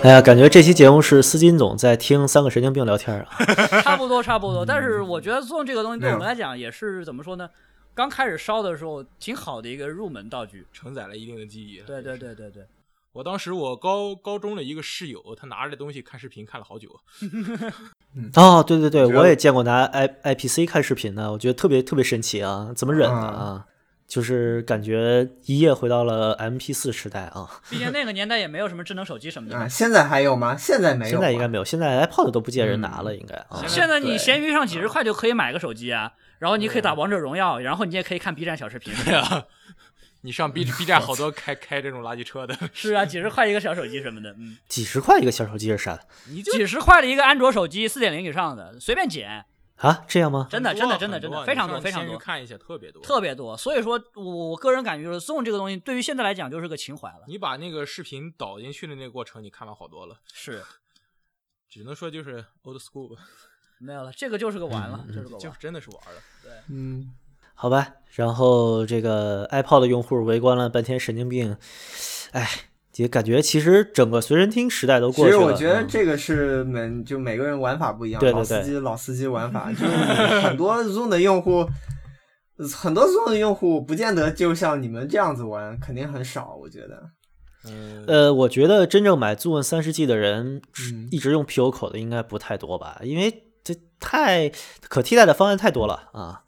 哎呀，感觉这期节目是司金总在听三个神经病聊天儿啊。差不多差不多。但是我觉得送这个东西对没我有们来讲也是怎么说呢？刚开始烧的时候，挺好的一个入门道具。承载了一定的记忆。对对，对对对，我当时我高高中的一个室友，他拿着东西看视频看了好久。 哦，对对对，觉得我也见过拿 i IPC 看视频的，我觉得特别特别神奇啊，怎么忍的啊？就是感觉一夜回到了 MP 四时代啊。毕竟那个年代也没有什么智能手机什么的。啊，现在还有吗？现在没有现吧，在应该没有，现在 iPod 都不见人嗯拿了，应该哎啊。现在你对闲鱼上几十块就可以买个手机啊，然后你可以打王者荣耀，然后你也可以看 B 站小视频。对啊，你 上 B B 站好多开开这种垃圾车的， 是啊，几十块一个小手机什么的，嗯，几十块一个小手机是啥的你 就几十块的一个安卓手机，四点零以上的随便捡，啊？这样吗？真的真的很多真的很真多的非常你多上非常闲鱼多，看一下特别多。特别多。所以说我我个人感觉就是送这个东西对于现在来讲就是个情怀了，你把那个视频导进去的那个过程，你看了好多了，是只能说就是 old school，吧没有了，这个就是个玩嗯了，就是个就玩是。真的是玩了。嗯，好吧，然后这个 iPod 用户围观了半天神经病，哎，也感觉其实整个随身听时代都其过去实了。我觉得嗯这个是每就每个人玩法不一样，对对老司对机老司机玩 法，就是很多 Zoom 的用户，很多 Zoom 的用户不见得就像你们这样子玩，肯定很少，我觉得。嗯，呃，我觉得真正买 Zoom 三十 G 的人，嗯一直用 PU 口的应该不太多吧，因为这太可替代的方案太多了啊。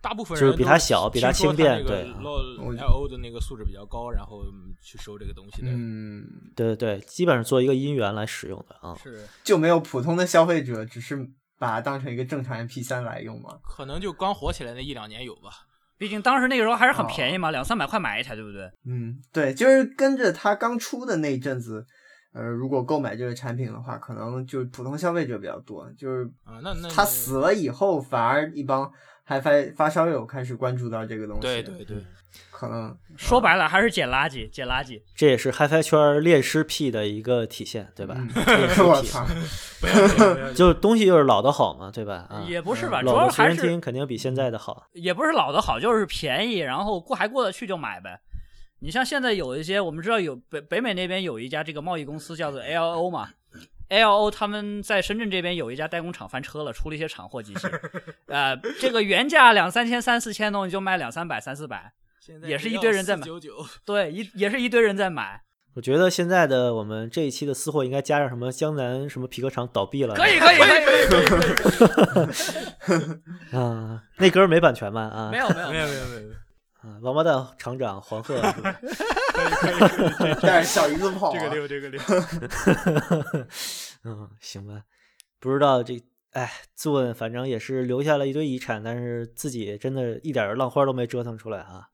大部分就是人比都它小比听它说轻便那个对 LO 我 L O 的那个素质比较高，然后嗯去收这个东西的。嗯，对对对，基本上做一个音源来使用的啊。是就没有普通的消费者只是把它当成一个正常 MP 3来用嘛？可能就刚火起来那一两年有吧。毕竟当时那个时候还啊是很便宜嘛，两三百块买一台，对不对？嗯，对，就是跟着它刚出的那一阵子，呃，如果购买这个产品的话，可能就是普通消费者比较多，就是啊，那那它死了以后，反而一帮嗨发发烧友开始关注到这个东西。对对对，嗯可能说白了还是捡垃圾，捡垃圾。这也是 HiFi 圈恋尸癖的一个体现，对吧？ 嗯恋尸我癖操，不要不要不要就是东西就是老的好嘛，对吧？啊，也不是吧，主老要的随还身是听肯定比现在的好。也不是老的好，就是便宜，然后过还过得去就买呗。你像现在有一些，我们知道有北北美那边有一家这个贸易公司叫做 LO 嘛，LO 他们在深圳这边有一家代工厂翻车了，出了一些厂货机器，呃，这个原价两三千、三四千的东西就卖两三百、三四百，现在也是一堆人在买九九，对，一也是一堆人在买，我觉得现在的我们这一期的私货应该加上什么江南什么皮革厂倒闭了，可以可以可以可以可以，啊，那歌儿没版权吧？啊，没有没有没有没有没有，没有啊，王八蛋厂长黄 鹤是吧？但是小姨子跑、啊，这个六这个六， 嗯，行吧，不知道这，哎，自问反正也是留下了一堆遗产，但是自己真的一点儿浪花都没折腾出来啊。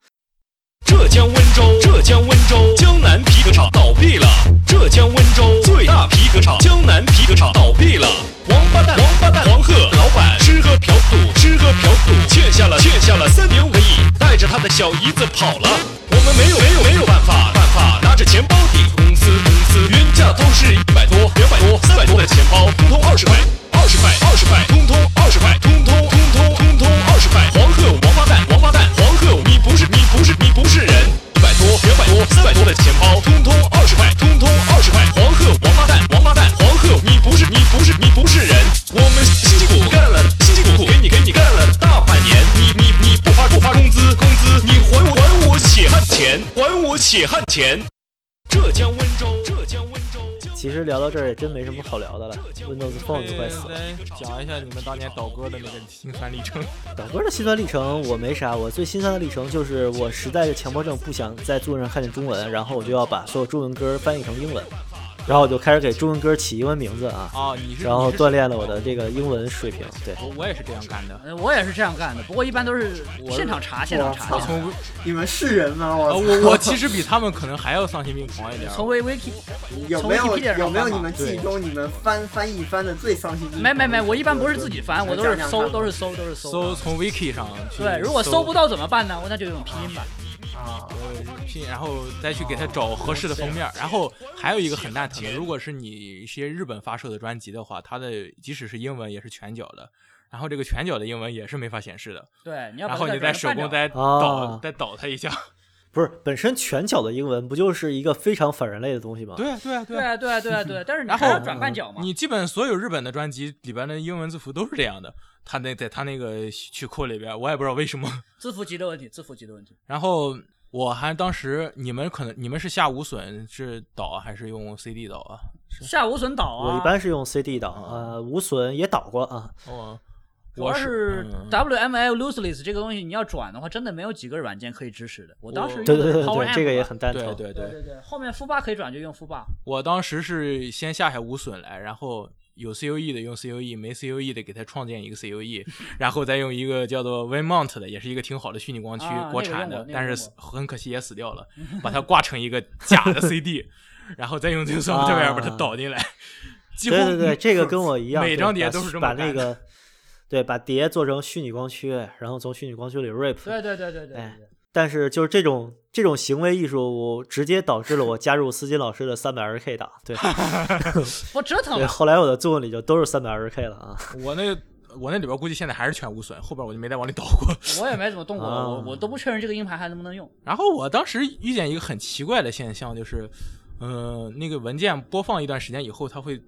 浙江温州，浙江温州江南皮革厂倒闭了。浙江温州最大皮革厂江南皮革厂倒闭了。王八蛋，王八蛋，黄鹤老板吃喝嫖赌，吃喝嫖赌，欠下了欠下了三点五个亿，带着他的小姨子跑了。我们没有没有没有办法办法，拿着钱包抵公司公司，原价都是一百多、两百多、三百多的钱包，通通二十块，二十块前。浙江温州，浙江温州。其实聊到这儿也真没什么好聊的了，Windows Phone 都快死了。来讲一下你们当年倒戈的那个心酸历程。导哥的心酸历程我没啥，我最心酸的历程就是我实在是强迫症，不想在作文上看见中文，然后我就要把所有中文歌翻译成英文，然后我就开始给中文歌起英文名字啊，啊，你是然后你是锻炼了我的这个英文水平。对，我我也是这样 干的。呃我也是这样干的，不过一般都是现场查，现场查我我一下。从你们是人吗？啊呃我我我其实比他们可能还要丧心病狂一点。从 V V K 有没有从 Wikipedia 上有没有翻吧你们记忆中你们翻翻译翻的最伤心的？没没没，我一般不是自己翻，我都是搜，都是搜，都是搜从 wiki 上去对，如果搜不到怎么办呢？我那就用拼音版。啊，拼，呃然后再去给他找合适的封面。然后还有一个很蛋疼的，如果是你一些日本发售的专辑的话，它的即使是英文也是全角的，然后这个全角的英文也是没法显示的。对，你要把然它后你再手转工成半角再倒啊再倒它一下。不是本身全角的英文不就是一个非常反人类的东西吗？对啊对啊对啊。啊对啊对啊对啊，但是你然还要后转半角嘛？你基本所有日本的专辑里边的英文字符都是这样的，它那在它那个曲库里边，我也不知道为什么。字符集的问题，字符集的问题。然后我还当时你们可能你们是下无损是导啊还是用 CD 导啊？下无损导啊，我一般是用 CD 导，啊呃，无损也导过啊，哦，主要我是嗯 WML Looseless 这个东西，你要转的话，真的没有几个软件可以支持的。我当时用对的对对是对 Power 对，这个 Amp 也吧很蛋疼。对对对对，对对，后面负八可以转就用负八。我当时是先下下无损来，然后有 COE 的用 COE，没 COE 的给它创建一 个 COE，然后再用一个叫做 WinMount 的，也是一个挺好的虚拟光驱，啊国产那个的用过，那个但用是过很可惜也死掉 了，把它挂成一个假的 CD，然后再用这个 software 啊把它导进来，几乎对对对，这个跟我一样，每对张碟把都是这么把那干个， 对，把碟做成虚拟光驱，然后从虚拟光驱里 rip。对对对对对哎对。但是就是这种这种行为艺术，我直接导致了我加入斯金老师的三百二十 K 档。 对我折腾对，了。后来我的作文里就都是三百二十 K 了啊。 我那我那里边估计现在还是全无损，后边我就没再往里导过。 我也没怎么动过，啊我我都不确认这个硬盘还能不能用。然后我当时遇见一个很奇怪的现象，就是，呃，那个文件播放一段时间以后，它会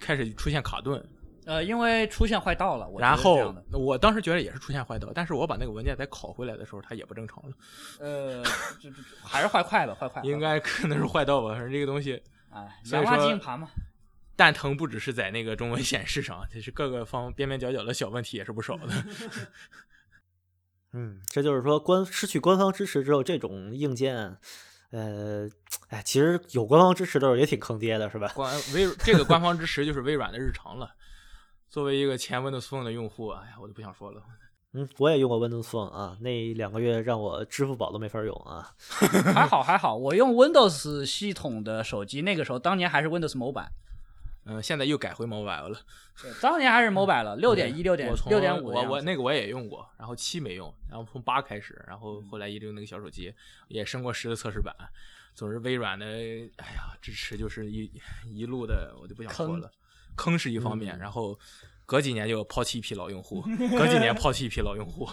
开始出现卡顿。呃，因为出现坏道了，我觉得然是这后样的。我当时觉得也是出现坏道，但是我把那个文件再拷回来的时候，它也不 正常了，呃，这这这还是坏快吧，坏快。应该可能是坏道吧。反正这个东西哎，所洋以垃圾说硬盘嘛。蛋疼不只是在那个中文显示上，其实各个方边边角角的小问题也是不少 的。嗯，这就是说官失去官方支持之后，这种硬件，呃，哎，其实有官方支持的时候也挺坑爹的，是吧？官微这个官方支持就是微软的日常了。作为一个前 Windows Phone 的用户，哎呀，我就不想说了。嗯，我也用过 Windows Phone 啊，那两个月让我支付宝都没法用啊。还好还好，我用 Windows 系统的手机，那个时候当年还是 Windows Mobile，嗯、现在又改回 Mobile 了。对当年还是 Mobile 了，六点一、六点我从六点五的我样子。我那个我也用过，然后七没用，然后从八开始，然嗯后后来一直用那个小手机，也升过十的测试版。总之，微软的哎呀支持就是一一路的，我就不想说了，坑是一方嗯面，然后隔几年就抛弃一批老用户，隔几年抛弃一批老用户。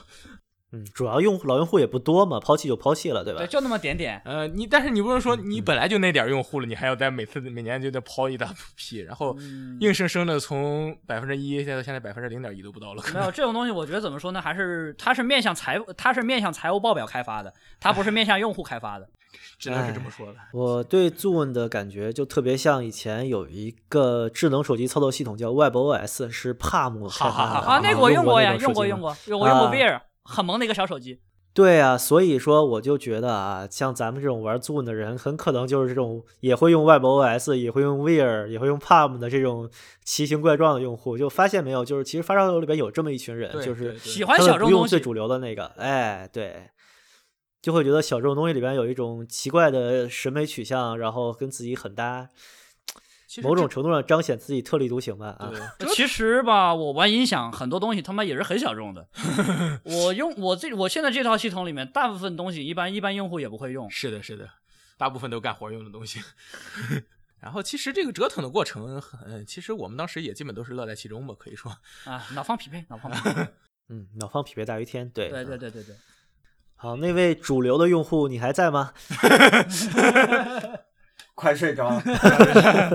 嗯，主要用户老用户也不多嘛，抛弃就抛弃了，对吧？对，就那么点点。呃，你但是你不能嗯说你本来就那点儿用户了，你还要再每次每年就得抛一大批，然后嗯硬生生的从百分之一现在现在百分之零点一都不到了，可没能有这种东西，我觉得怎么说呢？还是它是面向财务，它是面向财务报表开发的，它不是面向用户开 发的。只能哎是这么说了。我对 Zoom 的感觉就特别像以前有一个智能手机操作系统叫 WebOS，是帕姆开发的哈哈哈 啊，那个我用过呀，用过过用。过，我用过啊 Veer，很萌的一个小手机。对啊，所以说我就觉得啊，像咱们这种玩 Zoom 的人，很可能就是这种也会用 WebOS，也会用 Wear，也会用 Palm 的这种奇形怪状的用户。就发现没有，就是其实发烧友里边有这么一群人，对就是对对喜欢他小们不众用东西最，主流的那个，哎，对，就会觉得小众东西里边有一种奇怪的审美取向，然后跟自己很搭，其实某这种程度上彰显自己特立独行吧。啊，对其实吧，我玩音响很多东西他妈也是很小众的。我用我这我现在这套系统里面，大部分东西一般一般用户也不会用。是的，是的，大部分都干活用的东西。 然后其实这个折腾的过程很，呃其实我们当时也基本都是乐在其中吧，可以说。 啊，脑方匹配，脑方匹配。嗯，脑方匹配大于天，对，对对嗯。对对对，好，那位主流的用户你还在吗？快睡着 了。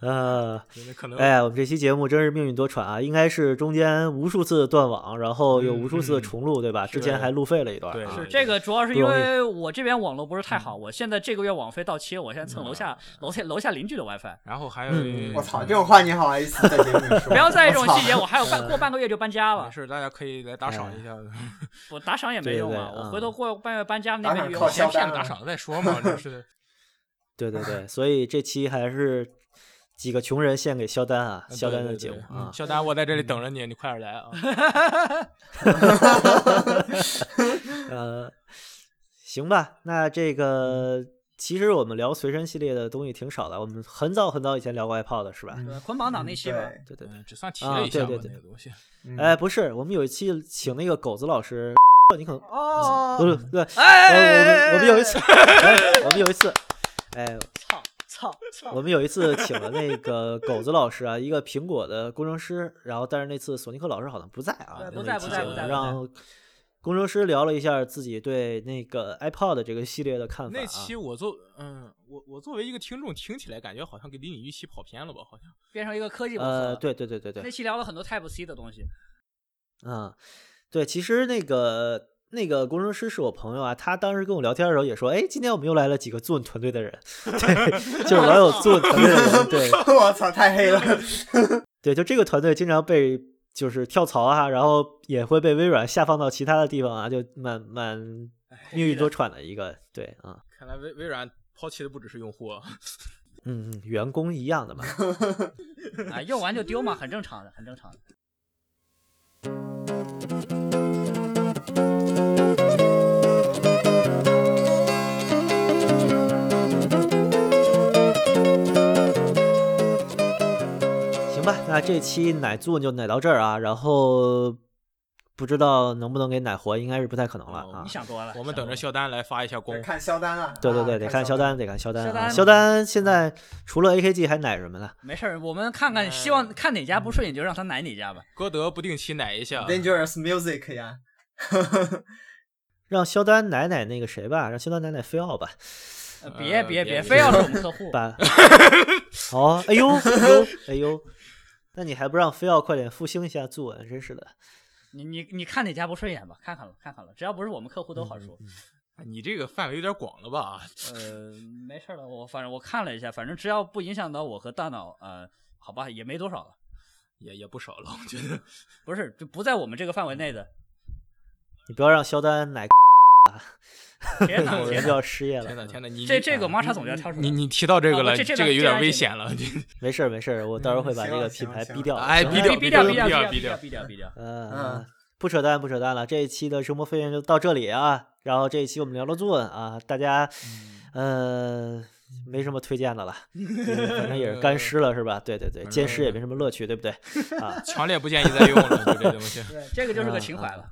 呃，可能哎呀，我们这期节目真是命运多舛啊！应该是中间无数次断网，然后有无数次重录，对吧？之前还路费了一段对啊是。这个主要是不因容易为我这边网络不是太好，我现在这个月网费到期，我现在蹭楼下楼下楼下邻居的 WiFi。然后还有嗯我操，这种话你好意思在节目里说？不要在意这种我操细节， 我还有半过半个月就搬家了没，事，大家可以来打赏一下，哎我打赏也没用啊。对对我回头过半月搬家那打赏边约靠我销先先骗了打赏了再说嘛，这是对对对，所以这期还是几个穷人献给肖丹呃啊， 肖丹的节目啊。嗯肖丹，我在这里等着你，你快点来啊！呃，行吧，那这个嗯其实我们聊随身系列的东西挺少的，我们很早很早以前聊过 iPod 是吧？对捆绑党那期吧。对对对对。嗯只算提了一下啊对吧，对对那个东西。嗯哎，不是，我们有一期请那个狗子老师，你可能哦，不是对，哎，呃我们我们有一次， 哎，我们有一次，哎，操操操！我们有一次请了那个狗子老师啊，一个苹果的工程师，然后但是那次索尼克老师好像不在啊，对不那在期不在节不目在不在让工程师聊了一下自己对那个 iPod 这个系列的看法、啊。那期我作嗯，我我作为一个听众，听起来感觉好像跟离你预期跑偏了吧？好像变成一个科技博客呃，了。对对对对对那，期聊了很多 Type C 的东西。嗯，对，其实那个那个工程师是我朋友啊，他当时跟我聊天的时候也说，哎，今天我们又来了几个 Zune 团队的人，对，就是老有 Zune 团队的人，对 我操，太黑了。对，就这个团队经常被就是跳槽啊，然后也会被微软下放到其他的地方啊，就蛮蛮命运多舛的一个，对啊，看来微微软抛弃的不只是用户啊，嗯，嗯员工一样的嘛，啊，用完就丢嘛，很正常的，很正常的。行吧，那这期奶 Zune 就奶到这儿啊，然后。不知道能不能给奶活，应该是不太可能了哦啊你。想多了。我们等着想肖丹来发一下功得。看肖丹啊，对对啊对，得看肖。丹，得看肖丹肖啊。丹肖丹现在除了 AKG 还奶什么呢？多了没事儿，我们看看，希望看哪家不顺眼就让他奶哪家吧。歌德不定期奶一下， Dangerous Music 呀，让肖丹奶奶那个谁吧，让肖丹奶奶菲奥吧，呃别呃别别，别别非要是我们客户，把。哦，哎呦哎呦哎呦，那你还不让菲奥快点复兴一下作文，真是的。你你你看哪家不顺眼吧，看看了看看了，只要不是我们客户都好说。哎你这个范围有点广了吧？呃，没事儿了，我反正我看了一下，反正只要不影响到我和大脑，呃，好吧，也没多少了，也也不少了，我觉得。不是就不在我们这个范围内的。你不要让肖丹奶，天哪， 我天人哪，就要失业天哪了。嗯天哪，你啊这这个马查总要挑出来。你你提到这个啊了，我这这这段个有点这段危剪险了。这没事儿没事儿，我到时候会把嗯这个行品了牌行了逼掉的。哎行逼吧掉逼掉逼逼掉掉逼逼掉逼掉逼掉。呃嗯，不扯淡不扯淡了，这一期的生活费用就到这里啊。然后这一期我们聊了作文啊，大家呃没什么推荐的了，嗯反正也是干尸了是吧？对对对，反奸正，尸也没什么乐趣，对不对？啊强烈不建议再用了，就这东 西。对，这个就是个情怀嗯嗯了。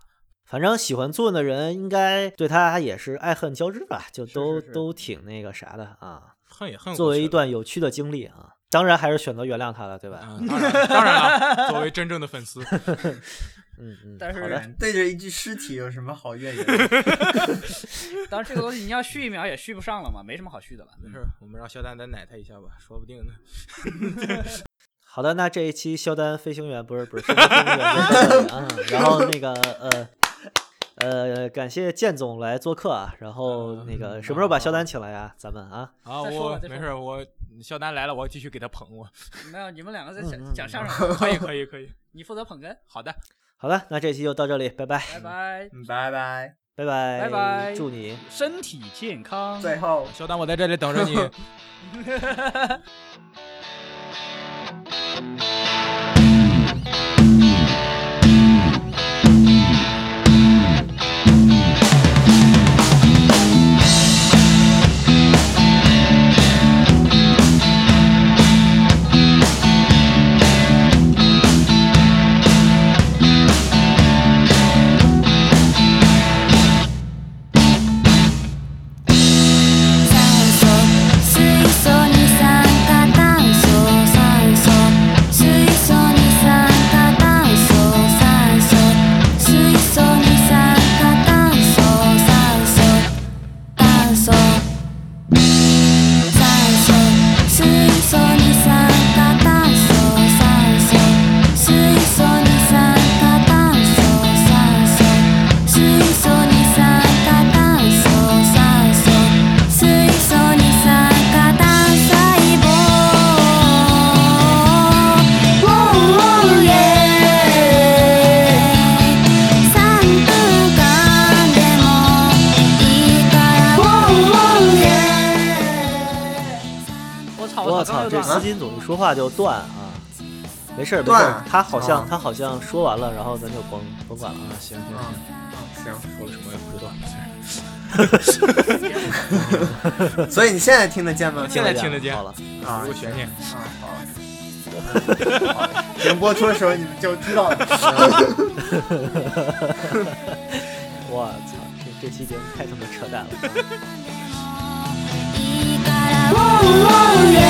反正喜欢作文的人应该对他也是爱恨交织吧，就是都是是都挺那个啥的啊。恨也恨过去了。作为一段有趣的经历啊，当然还是选择原谅他了，对吧？嗯，当然了当然了，作为真正的粉 丝，嗯嗯，但好的是，对着一具尸体有什么 好怨言的？当然这个东西你要续一秒也续不上了嘛，没什么好续的了。没事，我们让肖丹再奶他一下吧，说不定呢。好的，那这一期肖丹飞行员不是不是飞行员就到这里啊，然后那个呃。呃，感谢建总来做客啊，然后那个什么时候把肖丹请来呀、咱们啊，啊，再说吧我再说吧没事，我肖丹来了，我继续给他捧 我。没有，你们两个在讲嗯讲相 声，可以，可以，可以。你负责捧哏。好的，好的，那这期就到这里，拜拜，拜拜，嗯拜拜。拜拜，拜拜祝你身体健康。最后，肖丹，我在这里等着 你。酸素水素二酸化炭素酸素水素二酸化炭素水素に酸化炭素酸素水素に酸化単細胞 Oh yeah 3分間でもいいから Oh yeah 我操！我操！刚又操，这断了斯金总一说话就断啊！没事儿，没事断儿，他好像啊他好像说完了，然后咱就甭甭管了。啊，行嗯，行行，嗯说行。了什么也不知道。 所以你现在听得见吗？现在听得见好了， 啊如果悬念，啊，好。节目播出的时候你们就 知道了。我操，这这期节目太他妈扯淡了。いいから Oh yeah